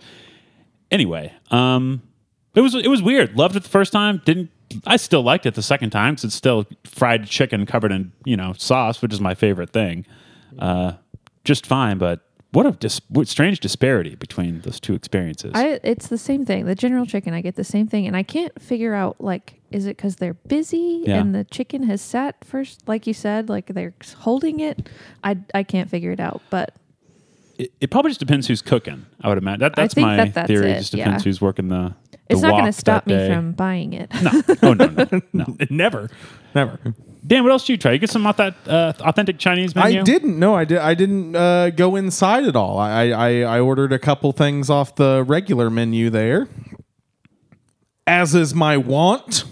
Speaker 2: Anyway, um, it was it was weird. Loved it the first time. Didn't. I still liked it the second time because it's still fried chicken covered in you know sauce, which is my favorite thing. Uh, just fine, but what a dis- what strange disparity between those two experiences.
Speaker 4: I it's the same thing. The general chicken, I get the same thing, and I can't figure out like, is it because they're busy
Speaker 2: Yeah.
Speaker 4: and the chicken has sat first, like you said, like they're holding it. I I can't figure it out, but
Speaker 2: it, it probably just depends who's cooking. I would imagine that,
Speaker 4: I
Speaker 2: that's
Speaker 4: think
Speaker 2: my
Speaker 4: that that's
Speaker 2: theory.
Speaker 4: it,
Speaker 2: just depends
Speaker 4: yeah.
Speaker 2: who's working the.
Speaker 4: it's
Speaker 2: the
Speaker 4: not going to
Speaker 2: wok
Speaker 4: stop
Speaker 2: that
Speaker 4: me
Speaker 2: day.
Speaker 4: from buying it.
Speaker 2: No, oh no, no, no.
Speaker 1: Never. Never.
Speaker 2: Dan, what else did you try? You get some of that uh, authentic Chinese menu.
Speaker 1: I didn't. No, I did. I didn't uh, go inside at all. I, I I ordered a couple things off the regular menu there, as is my want.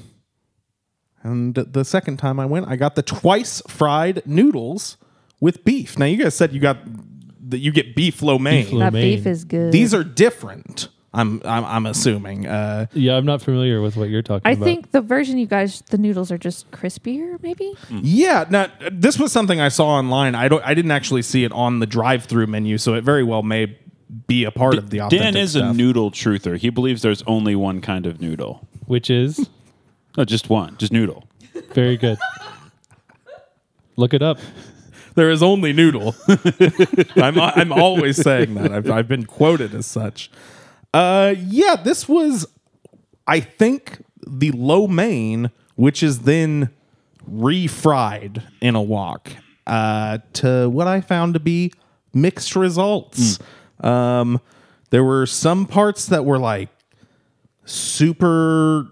Speaker 1: And the second time I went, I got the twice fried noodles with beef. Now you guys said you got that you get beef lo mein.
Speaker 3: Beef lo-
Speaker 4: that beef
Speaker 3: Romaine.
Speaker 4: is good.
Speaker 1: These are different. I'm I'm, I'm assuming. Uh,
Speaker 3: Yeah, I'm not familiar with what you're talking
Speaker 4: I
Speaker 3: about.
Speaker 4: think the version you guys, the noodles are just crispier, maybe.
Speaker 1: Yeah, now this was something I saw online. I don't, I didn't actually see it on the drive-through menu, so it very well may be a part of the authentic
Speaker 2: Dan is
Speaker 1: stuff.
Speaker 2: a noodle truther. He believes there's only one kind of noodle.
Speaker 3: which is
Speaker 2: No, just one, just noodle.
Speaker 3: very good. Look it up.
Speaker 1: there is only noodle. I'm I'm always saying that. I've I've been quoted as such. Uh, yeah, this was, I think, the lo mein, which is then refried in a wok uh, to what I found to be mixed results.
Speaker 2: Hmm.
Speaker 1: Um, there were some parts that were like super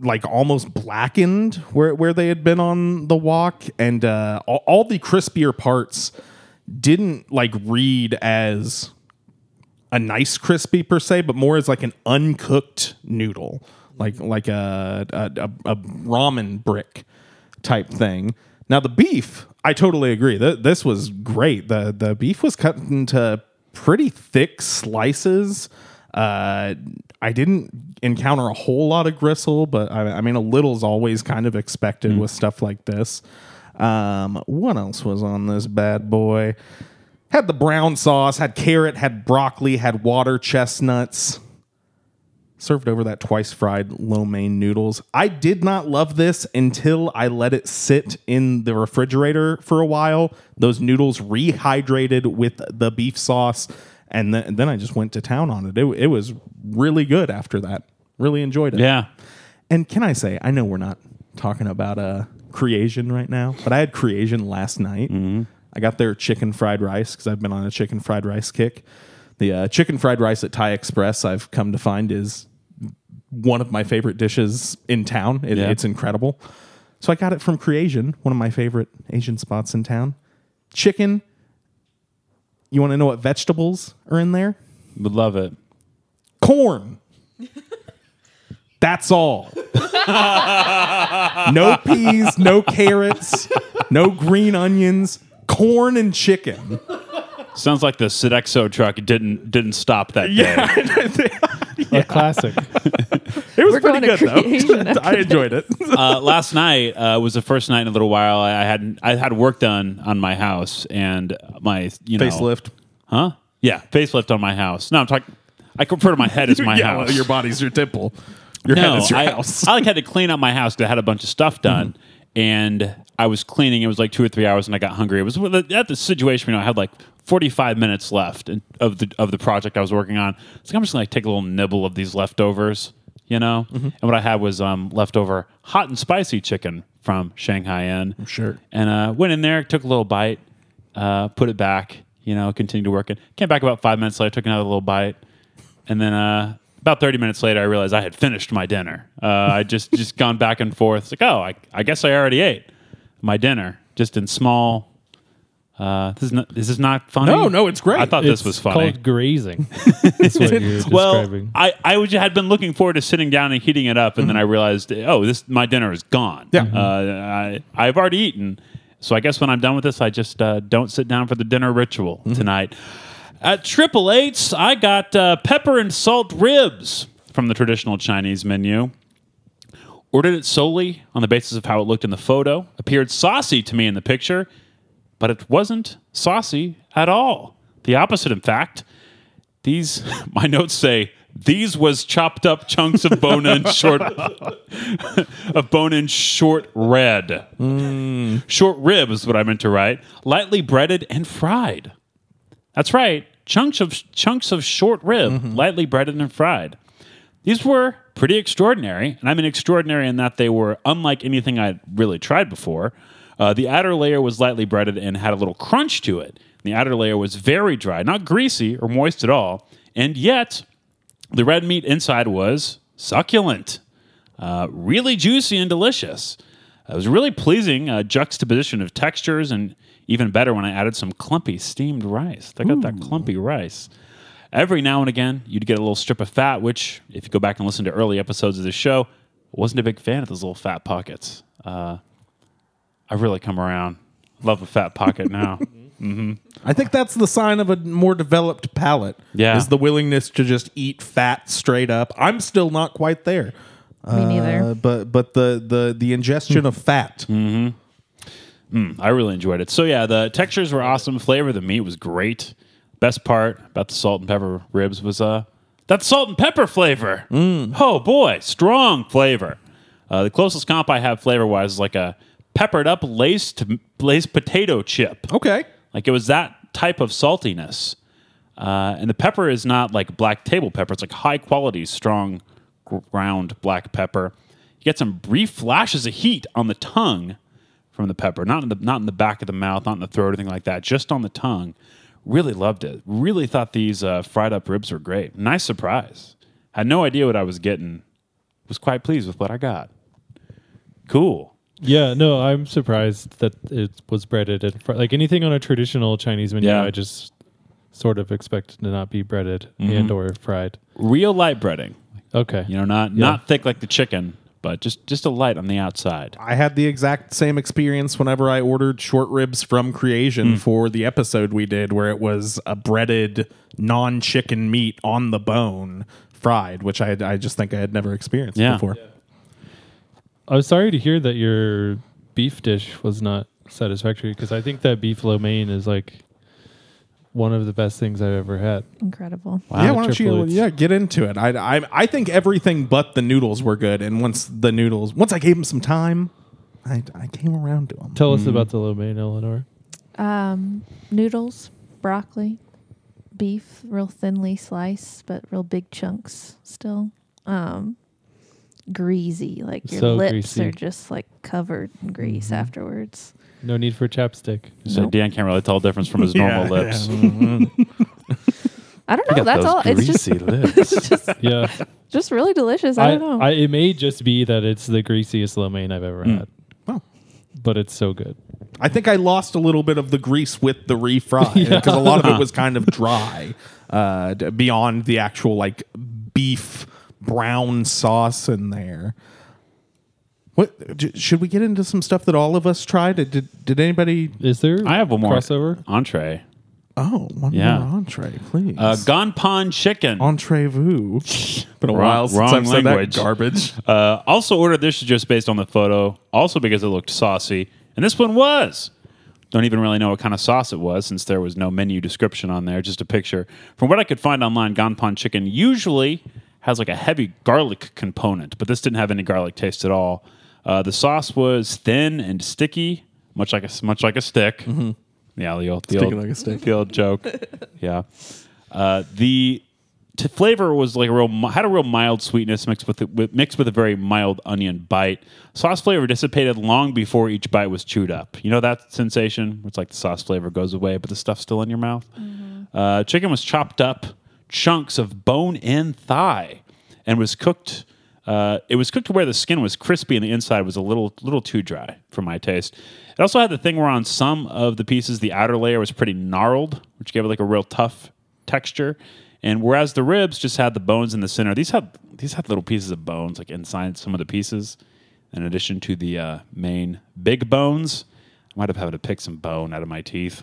Speaker 1: like almost blackened where, where they had been on the walk and uh, all, all the crispier parts didn't like read as a nice crispy per se but more as like an uncooked noodle like like a a, a, a ramen brick type thing now the beef i totally agree Th- this was great the the beef was cut into pretty thick slices uh, I didn't encounter a whole lot of gristle, but I, I mean, a little is always kind of expected with stuff like this. Um, what else was on this bad boy? Had the brown sauce, had carrot, had broccoli, had water chestnuts. Served over that twice fried lo mein noodles. I did not love this until I let it sit in the refrigerator for a while. Those noodles rehydrated with the beef sauce, and then, then I just went to town on it. it. It was really good after that. Really enjoyed it.
Speaker 2: Yeah,
Speaker 1: And can I say, I know we're not talking about uh, creation right now, but I had creation last night. I got their chicken fried rice because I've been on a chicken fried rice kick. The uh, chicken fried rice at Thai Express, I've come to find, is one of my favorite dishes in town. It,
Speaker 2: Yeah.
Speaker 1: It's incredible. So I got it from Creation, one of my favorite Asian spots in town. Chicken. You want to know what vegetables are in there?
Speaker 2: would love it.
Speaker 1: corn. That's all. no peas, no carrots, no green onions, corn and chicken.
Speaker 2: Sounds like the Sodexo truck didn't didn't stop that day.
Speaker 3: A classic.
Speaker 1: It was
Speaker 4: We're
Speaker 1: pretty good
Speaker 4: going to creation
Speaker 1: though.
Speaker 4: after
Speaker 1: I enjoyed it.
Speaker 2: uh, last night uh, was the first night in a little while I I had I had work done on my house and my you know
Speaker 1: Facelift.
Speaker 2: huh? Yeah, facelift on my house. No, I'm talking. I refer to my head as my
Speaker 1: yeah,
Speaker 2: house.
Speaker 1: well, your body's your temple. Your
Speaker 2: no,
Speaker 1: head is your
Speaker 2: I,
Speaker 1: house. Mm-hmm.
Speaker 2: I like had to clean out my house. 'cause I had a bunch of stuff done, and I was cleaning. It was like two or three hours, and I got hungry. It was at the situation. You know, I had like forty five minutes left in- of the of the project I was working on. So I'm just gonna like take a little nibble of these leftovers. You know,
Speaker 1: Mm-hmm.
Speaker 2: and what I had was um, leftover hot and spicy chicken from Shanghai Inn.
Speaker 1: sure.
Speaker 2: And uh, went in there, took a little bite, uh, put it back. You know, continued to work it. Came back about five minutes later, took another little bite, and then uh, about 30 minutes later, I realized I had finished my dinner. Uh, I just just gone back and forth. It's like, oh, I, I guess I already ate my dinner, just in small. Uh, this is not, this is not funny.
Speaker 1: No, no, it's great.
Speaker 2: I thought
Speaker 3: It's
Speaker 2: this was funny.
Speaker 3: called grazing. That's what you're
Speaker 2: well,
Speaker 3: describing.
Speaker 2: I, I was- had been looking forward to sitting down and heating it up, and then I realized, oh, this my dinner is gone.
Speaker 1: Yeah.
Speaker 2: uh, I, I've already eaten, so I guess when I'm done with this, I just uh, don't sit down for the dinner ritual tonight. At Triple Eights, I got uh, pepper and salt ribs from the traditional Chinese menu. Ordered it solely on the basis of how it looked in the photo. Appeared saucy to me in the picture, but it wasn't saucy at all. The opposite, in fact these my notes say these was chopped up chunks of bone in short of bone in short red short rib is what i meant to write lightly breaded and fried that's right chunks of chunks of short rib lightly breaded and fried these were pretty extraordinary, and I mean extraordinary in that they were unlike anything I'd really tried before. Uh, the outer layer was lightly breaded and had a little crunch to it. The outer layer was very dry, not greasy or moist at all, and yet the red meat inside was succulent, uh, really juicy and delicious. Uh, It was a really pleasing uh, juxtaposition of textures, and even better when I added some clumpy steamed rice. I got that clumpy rice. Every now and again, you'd get a little strip of fat, which, if you go back and listen to early episodes of the show, wasn't a big fan of those little fat pockets. Uh, I've really come around. Love a fat pocket now.
Speaker 1: I think that's the sign of a more developed palate.
Speaker 2: Yeah.
Speaker 1: Is the willingness to just eat fat straight up. I'm still not quite there.
Speaker 4: Me neither.
Speaker 1: Uh, but but the the the ingestion of fat.
Speaker 2: Mm. I really enjoyed it. So yeah, the textures were awesome. Flavor, the meat was great. Best part about the salt and pepper ribs was uh that salt and pepper flavor. Oh boy, strong flavor. Uh, the closest comp I have flavor wise is like a peppered up laced laced potato chip.
Speaker 1: Okay.
Speaker 2: Like it was that type of saltiness. Uh, and the pepper is not like black table pepper. It's like high quality, strong, ground black pepper. You get some brief flashes of heat on the tongue from the pepper, not in the not in the back of the mouth, not in the throat, anything like that. Just on the tongue. Really loved it. Really thought these uh, fried up ribs were great. Nice surprise. Had no idea what I was getting. Was quite pleased with what I got. Cool.
Speaker 3: yeah, no, I'm surprised that it was breaded and fr- like anything on a traditional Chinese menu.
Speaker 2: Yeah.
Speaker 3: I just sort of expect to not be breaded and or fried.
Speaker 2: Real light breading.
Speaker 3: Okay,
Speaker 2: Mm-hmm. You know, not not thick like the chicken, but just just a light on the outside.
Speaker 1: I had the exact same experience whenever I ordered short ribs from
Speaker 2: Hmm.
Speaker 1: Creation for the episode we did, where it was a breaded non chicken meat on the bone fried, which I I just think I had never experienced
Speaker 2: Yeah.
Speaker 1: before.
Speaker 3: I was sorry to hear that your beef dish was not satisfactory because I think that beef lo mein is like one of the best things I've ever had.
Speaker 4: Incredible.
Speaker 1: yeah, why don't you
Speaker 3: triplets.
Speaker 1: yeah get into it? I, I I think everything but the noodles were good, and once the noodles, once I gave them some time, I, I came around to them.
Speaker 3: Tell
Speaker 2: Mm-hmm.
Speaker 3: us about the lo mein, Eleanor.
Speaker 4: Um, noodles, broccoli, beef, real thinly sliced, but real big chunks still. Um, greasy, like your
Speaker 3: So
Speaker 4: lips
Speaker 3: greasy. Mm-hmm.
Speaker 4: are just like covered in grease afterwards.
Speaker 3: No need for chapstick.
Speaker 2: So Dan can't really tell the difference from his normal
Speaker 1: Yeah.
Speaker 2: lips.
Speaker 4: I don't know. That's all. It's just,
Speaker 2: lips.
Speaker 4: it's just,
Speaker 3: Yeah,
Speaker 4: just really delicious. I, don't know.
Speaker 3: I, it may just be that it's the greasiest lo mein I've
Speaker 2: Hmm.
Speaker 3: ever had,
Speaker 1: Well,
Speaker 3: but it's so good.
Speaker 1: I think I lost a little bit of the grease with the refry because a lot of it was kind of dry uh, d- beyond the actual like beef brown sauce in there. What j- should we get into some stuff that all of us tried? Did did anybody?
Speaker 3: Is there?
Speaker 2: I have one more
Speaker 3: crossover.
Speaker 2: entree.
Speaker 1: Oh, one
Speaker 2: Yeah.
Speaker 1: more entree, please.
Speaker 2: Uh, Ganpan chicken.
Speaker 1: entree vous. Been a
Speaker 2: Wrong-
Speaker 1: while since
Speaker 2: wrong
Speaker 1: I've said that
Speaker 2: language.
Speaker 1: garbage.
Speaker 2: Uh, also ordered this just based on the photo, also because it looked saucy, and this one was Don't even really know what kind of sauce it was since there was no menu description on there, just a picture. From what I could find online, ganpan chicken usually has like a heavy garlic component, but this didn't have any garlic taste at all. Uh, the sauce was thin and sticky, much like a much like a stick. Yeah, the old, the
Speaker 1: Sticking
Speaker 2: old,
Speaker 1: Mm-hmm. like a stick.
Speaker 2: the old joke. yeah, uh, the t- flavor was like a real mi- had a real mild sweetness mixed with, it, with mixed with a very mild onion bite. Sauce flavor dissipated long before each bite was chewed up. You know that sensation? It's like the sauce flavor goes away, but the stuff's still in your mouth. Uh, chicken was chopped up chunks of bone-in thigh and was cooked. Uh, it was cooked to where the skin was crispy and the inside was a little little too dry for my taste. It also had the thing where on some of the pieces the outer layer was pretty gnarled, which gave it like a real tough texture. And whereas the ribs just had the bones in the center, these had these had little pieces of bones like inside some of the pieces. In addition to the uh, main big bones, I might have had to pick some bone out of my teeth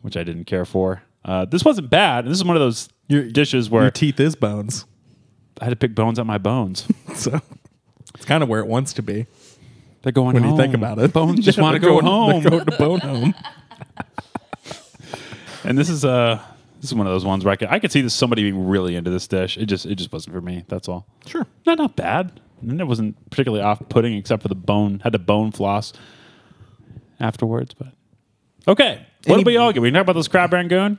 Speaker 2: which I didn't care for. Uh, this wasn't bad. This is one of those
Speaker 1: Your-
Speaker 2: dishes where
Speaker 1: Your teeth is bones,
Speaker 2: I had to pick bones out my bones.
Speaker 1: so it's kind of where it wants to be
Speaker 2: They're going
Speaker 1: when you
Speaker 2: home.
Speaker 1: think about it.
Speaker 2: Bones just want to
Speaker 1: They're
Speaker 2: go
Speaker 1: going-
Speaker 2: home.
Speaker 1: They're going to bone home.
Speaker 2: And this is uh this is one of those ones where I could I could see this somebody being really into this dish. It just it just wasn't for me. That's all.
Speaker 1: Sure.
Speaker 2: Not not bad. And it wasn't particularly off putting except for the bone had the bone floss afterwards. But okay, what did we all get? We can talk about those crab rangoon.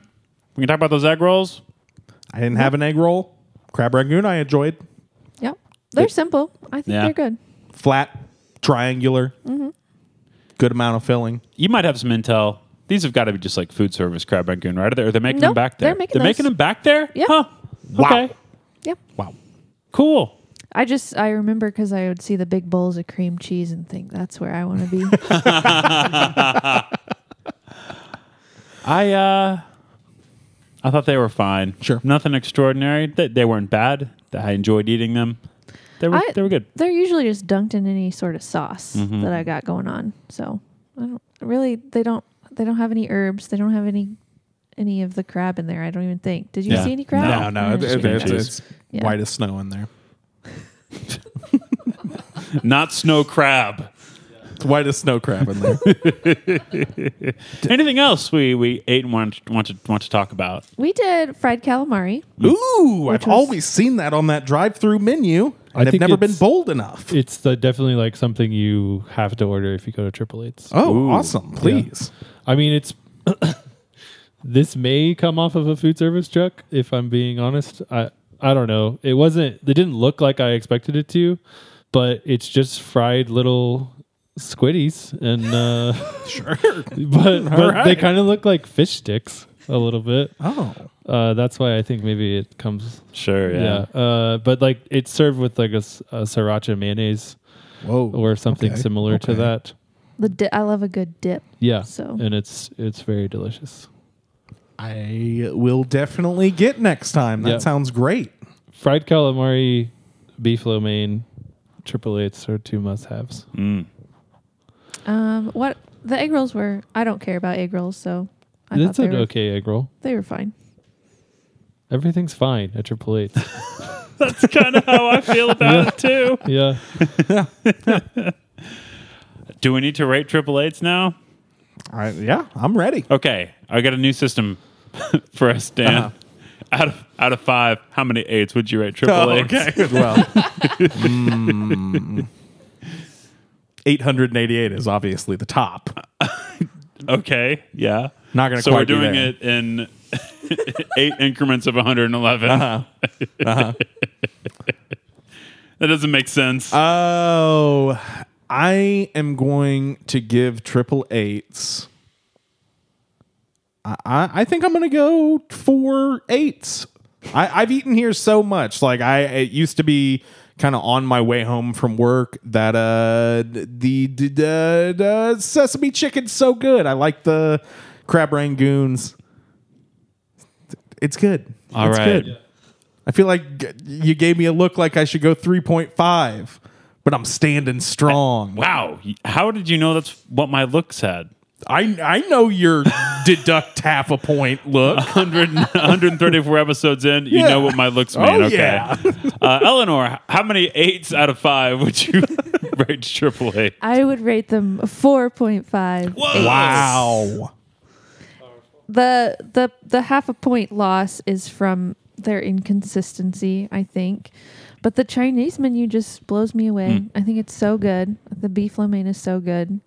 Speaker 2: We can talk about those egg rolls.
Speaker 1: I didn't have an egg roll. Crab rangoon I enjoyed.
Speaker 4: Yep. They're simple. I think
Speaker 2: Yeah.
Speaker 4: they're good.
Speaker 1: Flat, triangular, good amount of filling.
Speaker 2: you might have some intel. These have got to be just like food service crab rangoon, right? Are they, are they making them
Speaker 4: Nope,
Speaker 2: back there?
Speaker 4: they're making those.
Speaker 2: them back there?
Speaker 4: Yeah.
Speaker 2: Huh.
Speaker 1: Wow.
Speaker 2: Okay.
Speaker 4: Yep.
Speaker 1: Wow.
Speaker 2: Cool.
Speaker 4: I just I remember because I would see the big bowls of cream cheese and think that's where I want to be.
Speaker 2: I uh I thought they were fine.
Speaker 1: Sure.
Speaker 2: Nothing extraordinary. They, they weren't bad. I enjoyed eating them. They were
Speaker 4: I-
Speaker 2: they were good. Mm-hmm.
Speaker 4: They're usually just dunked in any sort of sauce that I got going on. So I don't really they don't they don't have any herbs. They don't have any any of the crab in there. I don't even think. Did you
Speaker 2: Yeah.
Speaker 4: see any crab?
Speaker 1: No, no,
Speaker 4: Yeah.
Speaker 1: it's, it's, it's,
Speaker 2: cheese.
Speaker 1: it's
Speaker 4: Yeah.
Speaker 1: white as snow in there.
Speaker 2: Not snow crab.
Speaker 1: It's white as snow crab in there.
Speaker 2: Anything else we, we ate and want want to want to talk about?
Speaker 4: we did fried calamari.
Speaker 1: Ooh, I've
Speaker 4: was-
Speaker 1: always seen that on that drive-through menu.
Speaker 3: I
Speaker 1: and I've
Speaker 3: think
Speaker 1: never been
Speaker 3: it's-
Speaker 1: bold enough.
Speaker 3: It's the, definitely like something you have to order if you go to Triple Eights.
Speaker 1: oh,
Speaker 2: Ooh.
Speaker 1: awesome! Please,
Speaker 3: I mean, it's this may come off of a food service truck. If I'm being honest, I I don't know. It wasn't. It didn't look like I expected it to, but it's just fried little squiddies and uh,
Speaker 1: sure.
Speaker 3: but, but
Speaker 1: right.
Speaker 3: they kind of look like fish sticks a little bit.
Speaker 1: Oh,
Speaker 3: Uh, that's why I think maybe it comes.
Speaker 2: Sure,
Speaker 3: Yeah. Uh, but like it's served with like a, s- a sriracha mayonnaise
Speaker 1: whoa,
Speaker 3: or something
Speaker 1: Okay.
Speaker 3: similar to
Speaker 1: Okay.
Speaker 3: that.
Speaker 4: The di- I love a good dip.
Speaker 3: Yeah.
Speaker 4: So-
Speaker 3: and it's it's very delicious.
Speaker 1: I will definitely get next time. That
Speaker 3: Yeah.
Speaker 1: sounds great.
Speaker 3: Fried calamari, beef lo mein, triple eights are two must haves.
Speaker 4: Um, what the egg rolls were? I don't care about egg rolls, so I
Speaker 3: It's
Speaker 4: thought they
Speaker 3: an
Speaker 4: were,
Speaker 3: okay egg roll.
Speaker 4: They were fine.
Speaker 3: Everything's fine at triple eights.
Speaker 2: That's kind of how I feel about it too.
Speaker 3: yeah.
Speaker 2: Do we need to rate triple eights now?
Speaker 1: I, yeah, I'm ready.
Speaker 2: Okay, I got a new system for us, Dan.
Speaker 1: Uh-huh.
Speaker 2: Out of out of five, how many eights would you rate triple
Speaker 1: Oh,
Speaker 2: eights?
Speaker 1: okay. well, mm. 888 is obviously the top.
Speaker 2: Okay, yeah.
Speaker 1: Not gonna
Speaker 2: So
Speaker 1: quite
Speaker 2: we're
Speaker 1: be
Speaker 2: doing
Speaker 1: there.
Speaker 2: it in eight increments of 111. Uh-huh. that doesn't make sense.
Speaker 1: Oh, I am going to give triple eights. I, I, I think I'm going to go four eights. I, I've eaten here so much. Like I, it used to be kind of on my way home from work that uh the, the, the, the sesame chicken's so good. I like the crab rangoons. It's good.
Speaker 2: All
Speaker 1: it's
Speaker 2: right.
Speaker 1: good. I feel like g- you gave me a look like I should go 3.5, but I'm standing strong.
Speaker 2: wow, how did you know that's what my look said?
Speaker 1: I I know your deduct half a point look.
Speaker 2: 100, 134 episodes in, you
Speaker 1: Yeah.
Speaker 2: know what my looks mean.
Speaker 1: Oh,
Speaker 2: okay.
Speaker 1: yeah.
Speaker 2: uh, Eleanor, how many eights out of five would you Right, AAA.
Speaker 4: I would rate them 4.5.
Speaker 1: Wow.
Speaker 4: The the the half a point loss is from their inconsistency, I think. But the Chinese menu just blows me away.
Speaker 2: Hmm.
Speaker 4: I think it's so good. The beef lo mein is so good.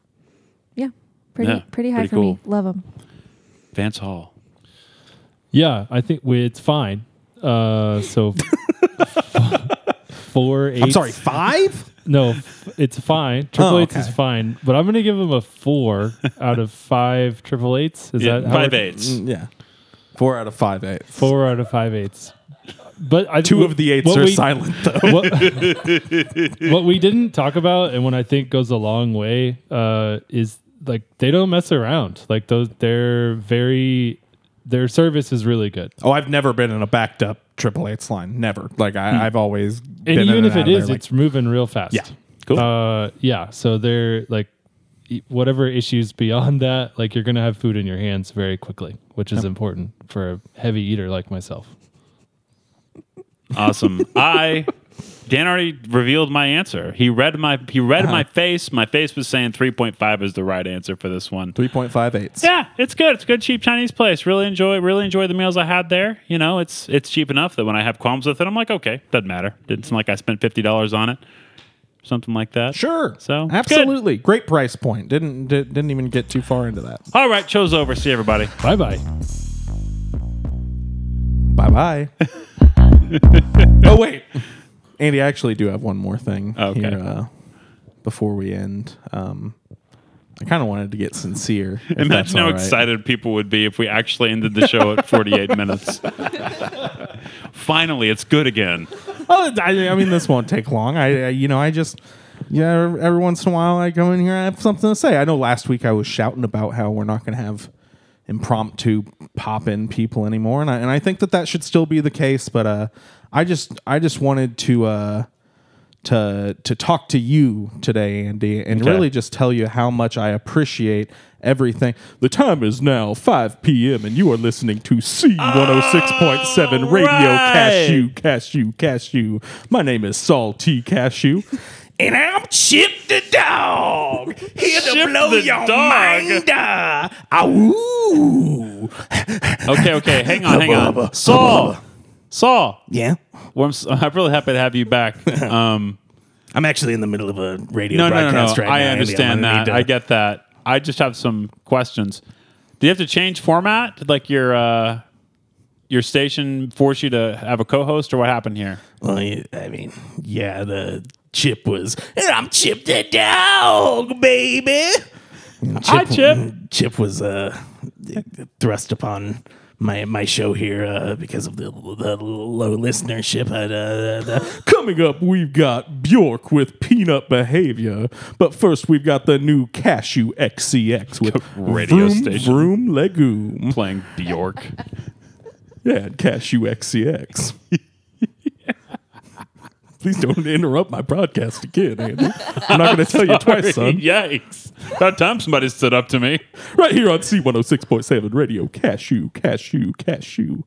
Speaker 4: Yeah. Pretty
Speaker 2: Yeah,
Speaker 4: pretty high
Speaker 2: pretty
Speaker 4: for me. Love them.
Speaker 2: Vance Hall.
Speaker 3: Yeah, I think we, it's fine. Uh, so four, eight.
Speaker 1: I'm sorry, five?
Speaker 3: No, f- it's fine. Triple
Speaker 1: Oh,
Speaker 3: eights
Speaker 1: okay.
Speaker 3: is fine, but I'm gonna give him a four out of five triple eights. Is
Speaker 2: Yeah,
Speaker 3: that how
Speaker 2: five
Speaker 3: it-
Speaker 2: eights.
Speaker 1: yeah. Four out of five eights.
Speaker 3: Four out of five eights. But I,
Speaker 1: Two of the eights
Speaker 3: what
Speaker 1: are
Speaker 3: we-
Speaker 1: silent, though.
Speaker 3: What, what we didn't talk about, and what I think goes a long way, uh, is like they don't mess around. Like those, they're very. Their service is really good.
Speaker 1: Oh, I've never been in a backed up triple eights line. Never. Like I, I've always. been
Speaker 3: Hmm. and
Speaker 1: in
Speaker 3: even if
Speaker 1: out
Speaker 3: it
Speaker 1: of
Speaker 3: is,
Speaker 1: there, like-
Speaker 3: it's moving real fast.
Speaker 1: Yeah.
Speaker 2: Cool.
Speaker 3: Uh, yeah. So they're like, e- whatever issues beyond that, like you're gonna have food in your hands very quickly, which is important for a heavy eater like myself.
Speaker 2: Awesome. I Dan already revealed my answer. He read my he read
Speaker 1: Uh-huh.
Speaker 2: my face. My face was saying 3.5 is the right answer for this one.
Speaker 1: three point five eights.
Speaker 2: Yeah, it's good. It's a good cheap Chinese place. Really enjoy really enjoy the meals I had there. You know, it's it's cheap enough that when I have qualms with it, I'm like, okay, doesn't matter. It's not like I spent fifty dollars on it. Something like that.
Speaker 1: Sure.
Speaker 2: So, it's good.
Speaker 1: absolutely great price point. Didn't di- didn't even get too far into that.
Speaker 2: All right, show's over. See everybody.
Speaker 3: Bye bye.
Speaker 1: Bye bye. oh wait, Andy, I actually do have one more thing
Speaker 2: Okay.
Speaker 1: here uh, before we end. Um, I kind of wanted to get sincere. if that's
Speaker 2: Imagine how
Speaker 1: all right.
Speaker 2: excited people would be if we actually ended the show at 48 minutes. Finally, it's good again.
Speaker 1: Oh, I, I mean, this won't take long. I, I, you know, I just, yeah, every every once in a while I go in here, I have something to say. I know last week I was shouting about how we're not going to have impromptu pop in people anymore, and I and I think that that should still be the case. But uh, I just, I just wanted to. Uh, to to talk to you today, Andy, and
Speaker 2: Okay.
Speaker 1: really just tell you how much I appreciate everything. The time is now 5 p.m. and you are listening to C106.7 Radio
Speaker 2: right.
Speaker 1: Cashew, Cashew, Cashew. My name is Saul T. Cashew. And I'm Chip the dog, here to
Speaker 2: Chip
Speaker 1: blow
Speaker 2: the
Speaker 1: your
Speaker 2: dog.
Speaker 1: mind. uh, Awoo.
Speaker 2: Okay, okay, hang on, hang on. Saul, Saul,
Speaker 1: Yeah,
Speaker 2: well, I'm, s- I'm really happy to have you back. Um,
Speaker 1: I'm actually in the middle of a radio
Speaker 2: no, no, no, no.
Speaker 1: broadcast right now.
Speaker 2: I
Speaker 1: Andy. I'm gonna
Speaker 2: understand that.
Speaker 1: need to-
Speaker 2: I get that. I just have some questions. Do you have to change format? Like your uh, your station force you to have a co-host, or what happened here?
Speaker 1: Well, you- I mean, yeah, the chip was, "And I'm Chip the dog, baby. And
Speaker 2: Hi, Chip.
Speaker 1: Chip was uh, thrust upon my my show here uh, because of the, the low listenership. But, uh, the- Coming up, we've got Bjork with Peanut Behavior. But first, we've got the new Cashew XCX with
Speaker 2: Radio
Speaker 1: Vroom
Speaker 2: station.
Speaker 1: Vroom Legume.
Speaker 2: Playing Bjork.
Speaker 1: Yeah, Cashew XCX. Please don't interrupt my broadcast again, Andy. I'm not going to tell you twice, son.
Speaker 2: Yikes! About time somebody stood up to me.
Speaker 1: Right here on C106.7 Radio, Cashew, Cashew, Cashew.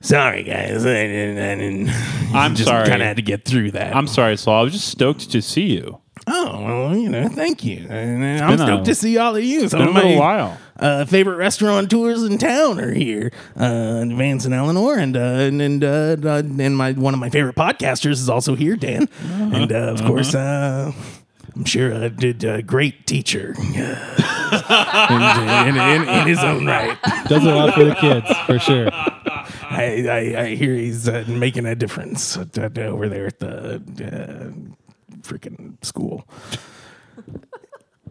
Speaker 1: Sorry, guys. I didn't. I didn't
Speaker 2: I'm sorry.
Speaker 1: Kind of had to get through that.
Speaker 2: I'm sorry, Saul. I was just stoked to see you.
Speaker 1: oh, well, you know, thank you. And, uh, I'm
Speaker 2: been a-
Speaker 1: stoked to see all of you. Some
Speaker 2: Been a
Speaker 1: of my
Speaker 2: little while.
Speaker 1: uh, favorite restaurateurs in town are here uh, in Vance and Eleanor, and uh, and and, uh, uh, and my one of my favorite podcasters is also here, Dan,
Speaker 2: Uh-huh.
Speaker 1: and uh, of course. Uh, I'm sure I did a great teacher uh, in, in, in, in his own right.
Speaker 3: Does a lot for the kids for sure.
Speaker 1: I, I, I hear he's uh, making a difference at- at- over there at the uh, freaking school.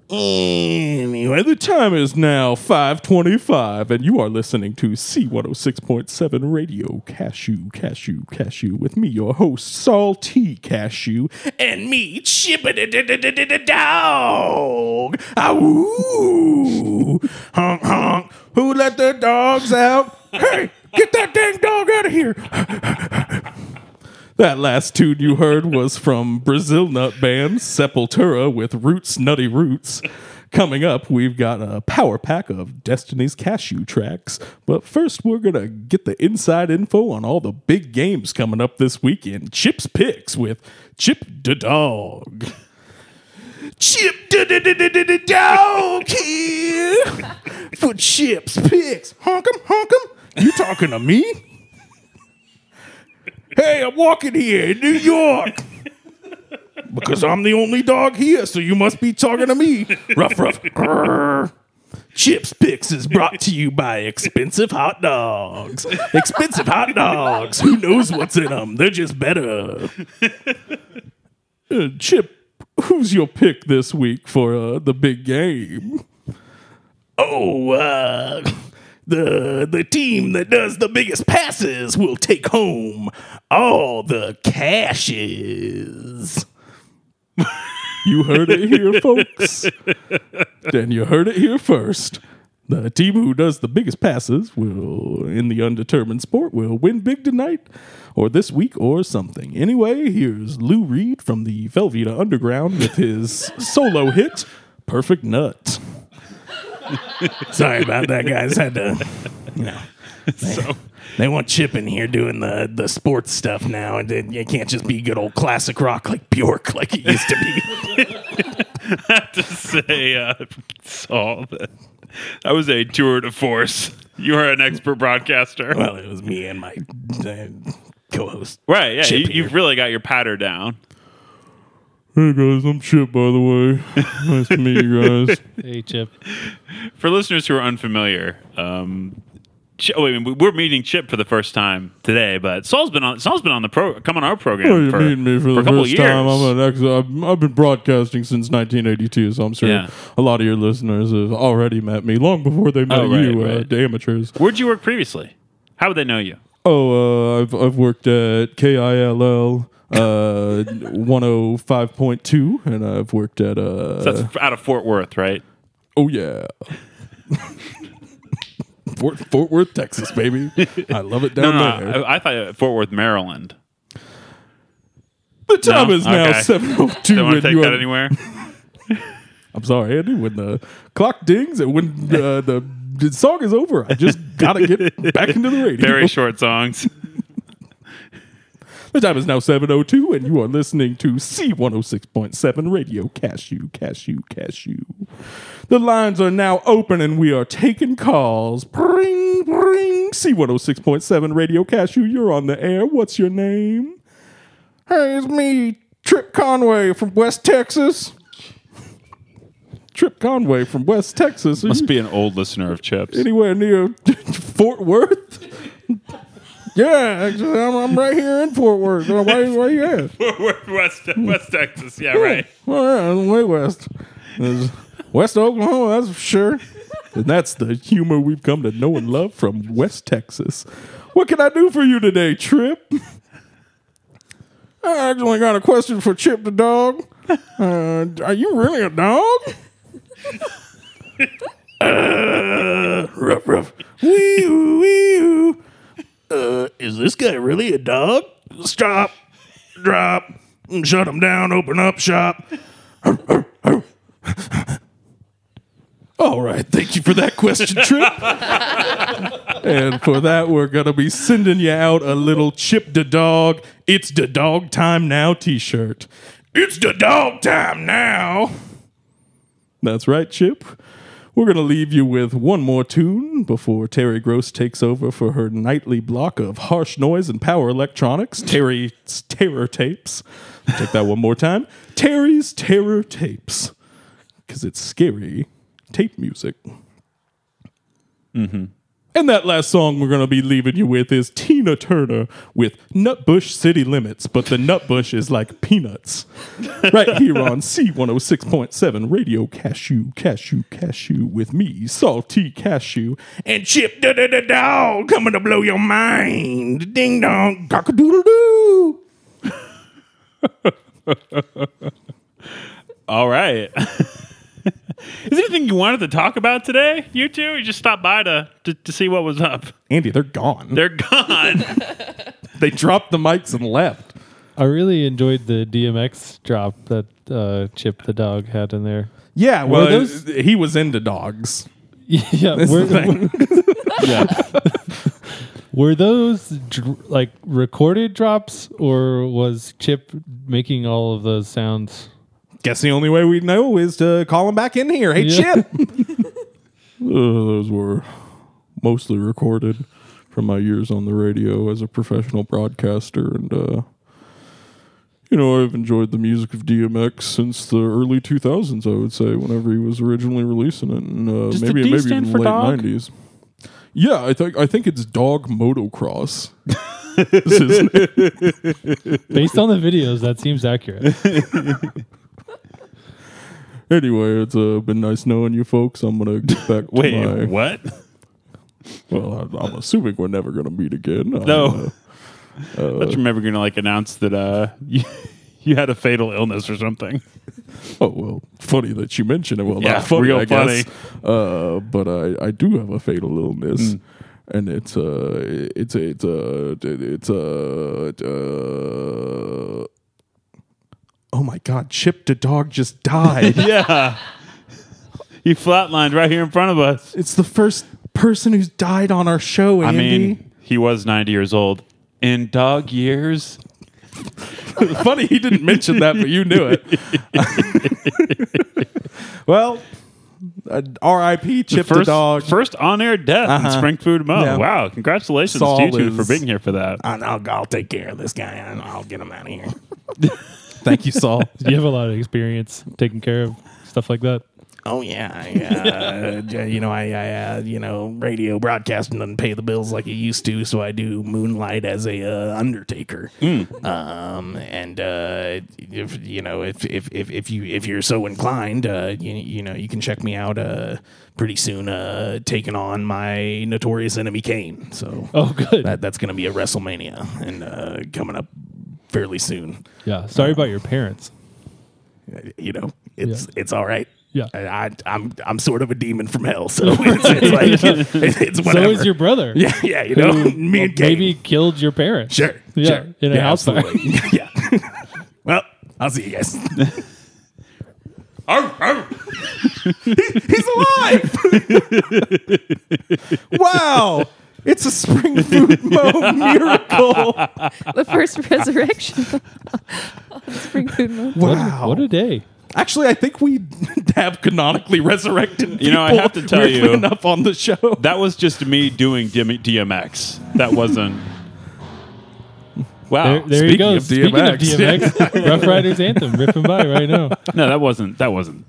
Speaker 1: anyway, the time is now 525, and you are listening to C106.7 Radio Cashew, Cashew, Cashew, with me, your host, Saul T. Cashew, and me, Chippity Dog. Awoo! honk, honk. Who let the dogs out? Hey, get that dang dog out of here. That last tune you heard was from Brazil Nut Band Sepultura with Roots Nutty Roots. Coming up, we've got a power pack of Destiny's Cashew tracks. But first, we're going to get the inside info on all the big games coming up this weekend. Chip's Picks with Chip the Dog. Chip the Dog here for Chip's Picks. Honk 'em, honk 'em. You talking to me? Hey, I'm walking here in New York. Because I'm the only dog here, so you must be talking to me. Ruff, ruff. Grrr. Chips Picks is brought to you by Expensive Hot Dogs. Expensive Hot Dogs. Who knows what's in them? They're just better. Uh, Chip, who's your pick this week for uh, the big game? Oh, uh, the the team that does the biggest passes will take home all the cashes. you heard it here, folks. then you heard it here first. The team who does the biggest passes will, in the undetermined sport, will win big tonight, or this week, or something. Anyway, here's Lou Reed from the Velveeta Underground with his solo hit, "Perfect Nut." Sorry about that, guys. Had to, you know. They, they want Chip in here doing the, the sports stuff now, and it, it can't just be good old classic rock like Bjork like it used to be.
Speaker 2: to say uh, Saul that that was a tour de force. You are an expert broadcaster,
Speaker 1: well, it was me and my uh, co-host.
Speaker 2: right? Yeah,
Speaker 1: Chip
Speaker 2: you,
Speaker 1: here.
Speaker 2: you've really got your patter down.
Speaker 1: Hey guys, I'm Chip. By the way, nice to meet you guys.
Speaker 3: Hey, Chip.
Speaker 2: For listeners who are unfamiliar, um, Ch- oh, wait, I mean, we're meeting Chip for the first time today, but Saul's been on. Saul's been on the pro, come on our program
Speaker 5: Oh, you
Speaker 2: for,
Speaker 5: meeting me for,
Speaker 2: a
Speaker 5: the
Speaker 2: couple of
Speaker 5: first
Speaker 2: years.
Speaker 5: time. I'm an ex- I've, I've been broadcasting since 1982, so I'm sure
Speaker 2: Yeah.
Speaker 5: a lot of your listeners have already met me long before they met
Speaker 2: Oh, right,
Speaker 5: you,
Speaker 2: right.
Speaker 5: Uh, to amateurs.
Speaker 2: Where'd you work previously? How would they know you?
Speaker 5: Oh, uh, I've I've worked at KILL uh, 105.2, and I've worked at uh,
Speaker 2: That's f out of Fort Worth, right?
Speaker 5: oh yeah. Fort, Fort Worth, Texas, baby. I love it
Speaker 2: No,
Speaker 5: down
Speaker 2: no,
Speaker 5: there.
Speaker 2: no, I, I thought Fort Worth, Maryland.
Speaker 5: the time
Speaker 2: No?
Speaker 5: is now
Speaker 2: Okay.
Speaker 5: 7.02.
Speaker 2: Don't want to
Speaker 5: and
Speaker 2: take
Speaker 5: you
Speaker 2: that
Speaker 5: are-
Speaker 2: anywhere.
Speaker 5: I'm sorry, Andy. When the clock dings and when uh, the, the song is over, I just gotta get back into the radio.
Speaker 2: Very short songs.
Speaker 5: The time is now 7:02, and you are listening to C106.7 Radio Cashew, Cashew, Cashew. The lines are now open, and we are taking calls. Pring, pring. C106.7 Radio Cashew. You're on the air. What's your name? Hey, it's me, Trip Conway from West Texas. Trip Conway from West Texas. Are
Speaker 2: Must
Speaker 5: you
Speaker 2: be an old listener of Chips.
Speaker 5: anywhere near Fort Worth? yeah, actually, I'm, I'm right here in Fort Worth. Why, why you at?
Speaker 2: Fort Worth, West, West Texas. Yeah, right.
Speaker 5: Well, yeah, way west. There's west of Oklahoma, that's for sure.
Speaker 1: And that's the humor we've come to know and love from West Texas. What can I do for you today, Trip?
Speaker 5: I actually got a question for Chip the dog. Uh, are you really a dog?
Speaker 1: Uh, Ruff, ruff. Wee oo, wee oo. Uh, is this guy really a dog? Stop. Drop. Shut him down. Open up shop. All right. Thank you for that question, Trip. and for that, we're going to be sending you out a little Chip the Dog, It's the Dog Time Now t shirt. It's the dog time now. That's right, Chip. We're going to leave you with one more tune before Terry Gross takes over for her nightly block of harsh noise and power electronics, Terry's Terror Tapes. Take that one more time. Terry's Terror Tapes. Because it's scary tape music. And that last song we're going to be leaving you with is Tina Turner with Nutbush City Limits, but the Nutbush is like peanuts. right here on C106.7 Radio Cashew, Cashew, Cashew with me, Salty Cashew, and Chip da da da Dog coming to blow your mind. Ding dong, cock a doodle doo.
Speaker 2: All right. Is there anything you wanted to talk about today, you two? You just stopped by to, to, to see what was up.
Speaker 1: Andy, they're gone.
Speaker 2: They're gone.
Speaker 1: They dropped the mics and left.
Speaker 3: I really enjoyed the DMX drop that uh, Chip the dog had in there.
Speaker 5: Yeah,
Speaker 1: Well,
Speaker 5: well,
Speaker 1: those-
Speaker 5: he was into dogs.
Speaker 3: yeah.
Speaker 5: That's
Speaker 3: Were,
Speaker 5: the thing.
Speaker 3: were those dr- like recorded drops, or was Chip making all of those sounds?
Speaker 5: Guess the only way we
Speaker 1: uh,
Speaker 5: know is to call him back in here. Hey,
Speaker 3: Yeah.
Speaker 5: Chip.
Speaker 1: those were mostly recorded from my years on the radio as a professional broadcaster and uh you know, I've enjoyed the music of DMX since the early 2000s, I would say, whenever he was originally releasing it, and uh,
Speaker 2: Does the
Speaker 1: maybe
Speaker 2: D
Speaker 1: maybe
Speaker 2: stand
Speaker 1: even
Speaker 2: for
Speaker 1: late
Speaker 2: dog?
Speaker 1: 90s. Yeah, I think I think it's dog motocross. This is-
Speaker 3: Based on the videos, that seems accurate.
Speaker 1: anyway, it's uh, been nice knowing you folks. I'm gonna get back.
Speaker 2: Wait,
Speaker 1: to my,
Speaker 2: what?
Speaker 1: Well, I, I'm assuming we're never gonna meet again. uh,
Speaker 2: No. I thought you remember going to like announce that uh, you, you had a fatal illness or something.
Speaker 1: Oh well, funny that you mention it. Well,
Speaker 2: Yeah,
Speaker 1: not funny,
Speaker 2: real
Speaker 1: I guess. Uh, but I, I do have a fatal illness, and it's uh it's it's uh it's uh, uh
Speaker 5: Oh my God, Chip the dog just died.
Speaker 2: Yeah. He flatlined right here in front of us.
Speaker 5: it's the first person who's died on our show,
Speaker 2: I
Speaker 5: Andy.
Speaker 2: mean, he was 90 years old. In dog years?
Speaker 1: funny he didn't mention that, but you knew it.
Speaker 5: well, uh, R.I.P. Chip the,
Speaker 2: first,
Speaker 5: dog. Uh-huh.
Speaker 2: First on air death in Spring Food Mo.
Speaker 5: Yeah.
Speaker 2: Wow. Congratulations
Speaker 5: Saul
Speaker 2: to you two
Speaker 5: is-
Speaker 2: for being here for that.
Speaker 5: And I'll, I'll take care of this guy. and I'll get him out of here. Thank you, Saul.
Speaker 3: You have a lot of experience taking care of stuff like that.
Speaker 5: Oh yeah, I, uh, you know I, I uh, you know radio broadcasting doesn't pay the bills like it used to, so I do moonlight as a uh, undertaker.
Speaker 3: Hmm.
Speaker 5: Um, and uh, if you know if, if if if you if you're so inclined, uh, you, you know you can check me out uh pretty soon. Uh, taking on my notorious enemy Kane. So
Speaker 3: Oh, good.
Speaker 5: that that's gonna be a WrestleMania and uh, coming up fairly soon.
Speaker 3: yeah. Sorry about your parents.
Speaker 5: you know, it's it's all right.
Speaker 3: Yeah.
Speaker 5: I, I, I'm I'm sort of a demon from hell, so it's, it's like it's, it's whatever.
Speaker 3: So is your brother.
Speaker 5: yeah, yeah, you know,
Speaker 3: who
Speaker 5: me and Kate.
Speaker 3: maybe killed your parents.
Speaker 5: sure,
Speaker 3: Yeah,
Speaker 5: sure,
Speaker 3: in a
Speaker 5: yeah,
Speaker 3: house fire.
Speaker 5: absolutely. yeah. Well, I'll see you guys. Arr, arr. He- He's alive! wow, it's a spring food mo miracle.
Speaker 4: the first resurrection on Spring Food Month.
Speaker 5: Wow.
Speaker 3: What a day.
Speaker 5: Actually, I think we have canonically resurrected. People
Speaker 2: You know, I have to tell
Speaker 5: weirdly
Speaker 2: you-
Speaker 5: enough on the show.
Speaker 2: That was just me doing DM- DMX. That wasn't. Wow.
Speaker 3: There, there you
Speaker 1: Speaking
Speaker 3: go.
Speaker 1: of
Speaker 3: Speaking of
Speaker 1: DMX.
Speaker 3: DMX, Rough Riders Anthem ripping by right now.
Speaker 2: No, that wasn't. That wasn't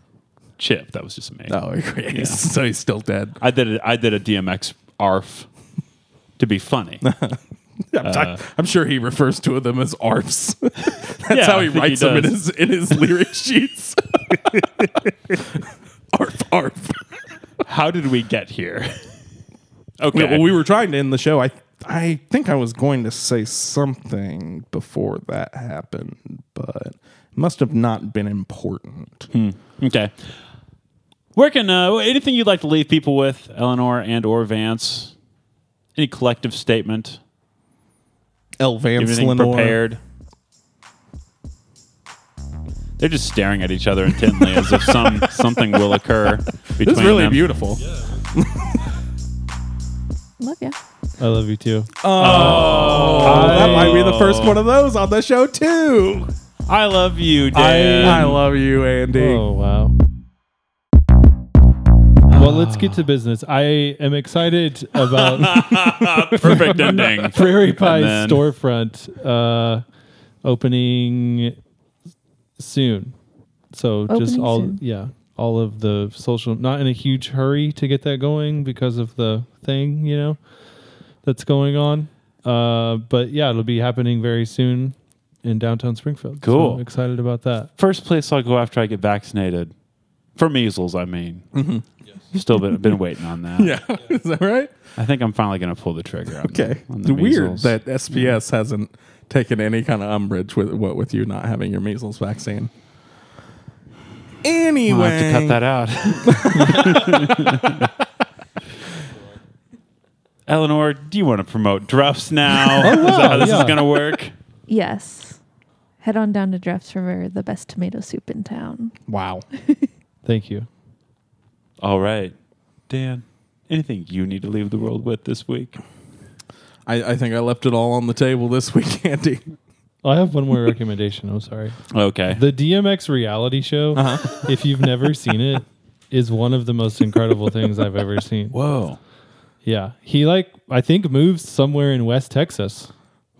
Speaker 2: Chip. That was just me.
Speaker 1: Oh, yeah.
Speaker 5: So he's still dead.
Speaker 2: I did. A, I did a DMX arf to be funny. Uh,
Speaker 5: I'm, talk- I'm sure he refers to them as arfs. That's
Speaker 2: Yeah,
Speaker 5: how
Speaker 2: I
Speaker 5: he
Speaker 2: think he
Speaker 5: writes them in
Speaker 2: does.
Speaker 5: his in his lyric sheets. arf, arf.
Speaker 2: How did we get here? Okay.
Speaker 5: Well, we were trying to end the show. I I think I was going to say something before that happened, but must have not been important.
Speaker 2: okay. Where can uh, anything you'd like to leave people with, Eleanor and or Vance? Any collective statement?
Speaker 5: L. Vance
Speaker 2: Everything
Speaker 5: Lenore.
Speaker 2: prepared. They're just staring at each other intently as if some something will occur between
Speaker 5: It's really
Speaker 2: them.
Speaker 5: beautiful.
Speaker 4: Love ya.
Speaker 3: I love you too.
Speaker 5: Oh.
Speaker 2: Oh.
Speaker 5: That might be the first one of those on the show too.
Speaker 2: I love you, Dan.
Speaker 5: I love you, Andy.
Speaker 3: Oh wow.
Speaker 1: Ah.
Speaker 3: Well, let's get to business. I am excited about
Speaker 2: Perfect ending.
Speaker 3: Prairie Pie
Speaker 2: then-
Speaker 3: storefront uh, opening soon. So just
Speaker 4: Opening
Speaker 3: all
Speaker 4: soon.
Speaker 3: yeah, all of the social. Not in a huge hurry to get that going because of the thing you know that's going on. Uh, but yeah, it'll be happening very soon in downtown Springfield. So
Speaker 2: Cool.
Speaker 3: I'm excited about that.
Speaker 2: First place I'll go after I get vaccinated for measles. I mean, still been been waiting on that.
Speaker 5: Mm-hmm. Yeah, is that right?
Speaker 2: I think I'm finally going to pull the trigger. On
Speaker 5: Okay.
Speaker 2: the, on the
Speaker 5: Weird
Speaker 2: measles.
Speaker 5: that SPS hasn't taken any kind of umbrage with what with you not having your measles vaccine. Anyway,
Speaker 2: I'll have to cut that out. Eleanor, do you want to promote Druffs now? is that how this
Speaker 3: Oh, yeah.
Speaker 2: is going to work?
Speaker 4: Yes. Head on down to Drafts River, the best tomato soup in town.
Speaker 5: Wow.
Speaker 3: Thank you.
Speaker 2: All right, Dan. Anything you need to leave the world with this week?
Speaker 1: I, I think I left it all on the table this week, Andy.
Speaker 3: Oh, I have one more recommendation. I'm sorry.
Speaker 2: Okay.
Speaker 3: The DMX reality show, if you've never seen it, is one of the most incredible things I've ever seen.
Speaker 2: Whoa.
Speaker 3: Yeah. He like I think moves somewhere in West Texas.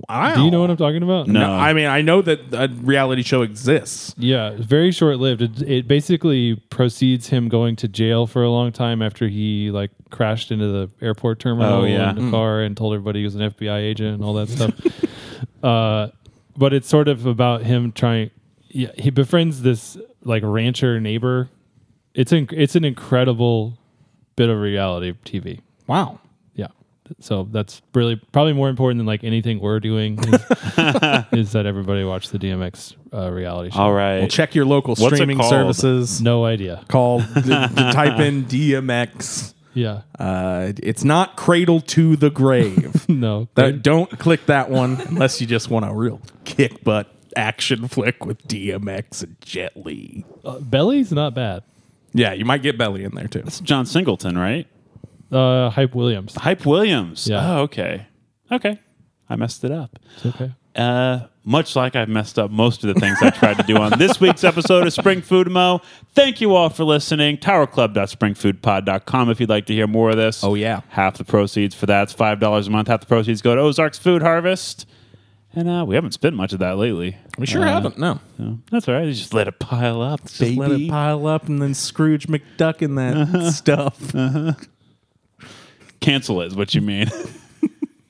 Speaker 1: Wow.
Speaker 3: Do you know what I'm talking about?
Speaker 2: No.
Speaker 1: No, I mean, I know that a reality show exists.
Speaker 3: Yeah, very short lived. It, it basically precedes him going to jail for a long time after he like crashed into the airport terminal
Speaker 2: Oh, yeah.
Speaker 3: in the car and told everybody he was an FBI agent and all that stuff. uh, but it's sort of about him trying. Yeah, he befriends this like rancher neighbor. It's in, it's an incredible bit of reality TV.
Speaker 1: Wow.
Speaker 3: Yeah. So that's really probably more important than like anything we're doing is, is that everybody watch the DMX uh, reality show.
Speaker 2: All right.
Speaker 1: Well, check your local
Speaker 2: it
Speaker 1: streaming
Speaker 2: called?
Speaker 1: services.
Speaker 3: No idea.
Speaker 1: Call d- d- type in DMX.
Speaker 3: Yeah.
Speaker 1: Uh, it's not Cradle to the Grave.
Speaker 3: No.
Speaker 1: That- don't click that one unless you just want a real kick butt action flick with DMX and Jet Li.
Speaker 3: Uh, Belly's not bad.
Speaker 1: Yeah, you might get Belly in there too.
Speaker 2: That's John Singleton, right?
Speaker 3: Uh, Hype Williams.
Speaker 2: Hype Williams.
Speaker 3: Yeah.
Speaker 2: Oh, okay. Okay. I messed it up.
Speaker 3: It's okay.
Speaker 2: Uh, much like I've messed up most of the things I tried to do on this week's episode of Spring Food Mo. Thank you all for listening. TowerClub.springfoodpod.com if you'd like to hear more of this.
Speaker 1: Oh, yeah.
Speaker 2: Half the proceeds for that's $5 a month. Half the proceeds go to Ozark's Food Harvest. And uh, we haven't spent much of that lately.
Speaker 1: We sure haven't. No,
Speaker 2: So that's all right. Just let it pile up, baby.
Speaker 1: Uh, just let it pile up and then Scrooge McDuck in that stuff.
Speaker 2: Cancel it is what you mean.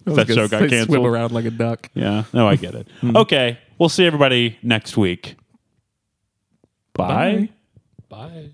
Speaker 1: was
Speaker 2: that
Speaker 1: gonna
Speaker 2: show got
Speaker 1: say
Speaker 2: canceled.
Speaker 1: Swim around like a duck.
Speaker 2: Yeah. No, I get it.
Speaker 1: Hmm.
Speaker 2: okay. We'll see everybody next week. Bye.
Speaker 3: Bye.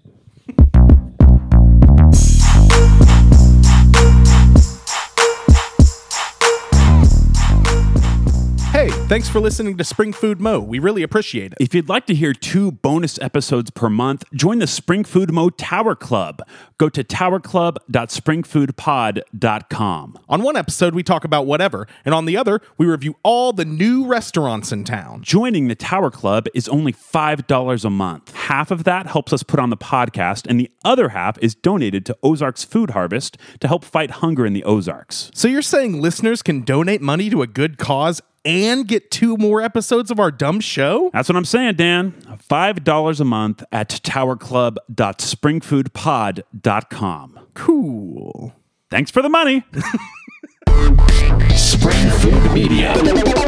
Speaker 1: Hey, thanks for listening to Spring Food Mo. We really appreciate it.
Speaker 2: If you'd like to hear two bonus episodes per month, join the Spring Food Mo Tower Club. Go to towerclub.springfoodpod.com.
Speaker 1: On one episode, we talk about whatever, and on the other, we review all the new restaurants in town.
Speaker 2: Joining the Tower Club is only $5 a month. Half of that helps us put on the podcast, and the other half is donated to Ozarks Food Harvest to help fight hunger in the Ozarks.
Speaker 1: So you're saying listeners can donate money to a good cause and get two more episodes of our dumb show?
Speaker 2: That's what I'm saying, Dan. $5 a month at towerclub.springfoodpod.com.
Speaker 1: Cool.
Speaker 2: Thanks for the money.
Speaker 6: Spring Food Media.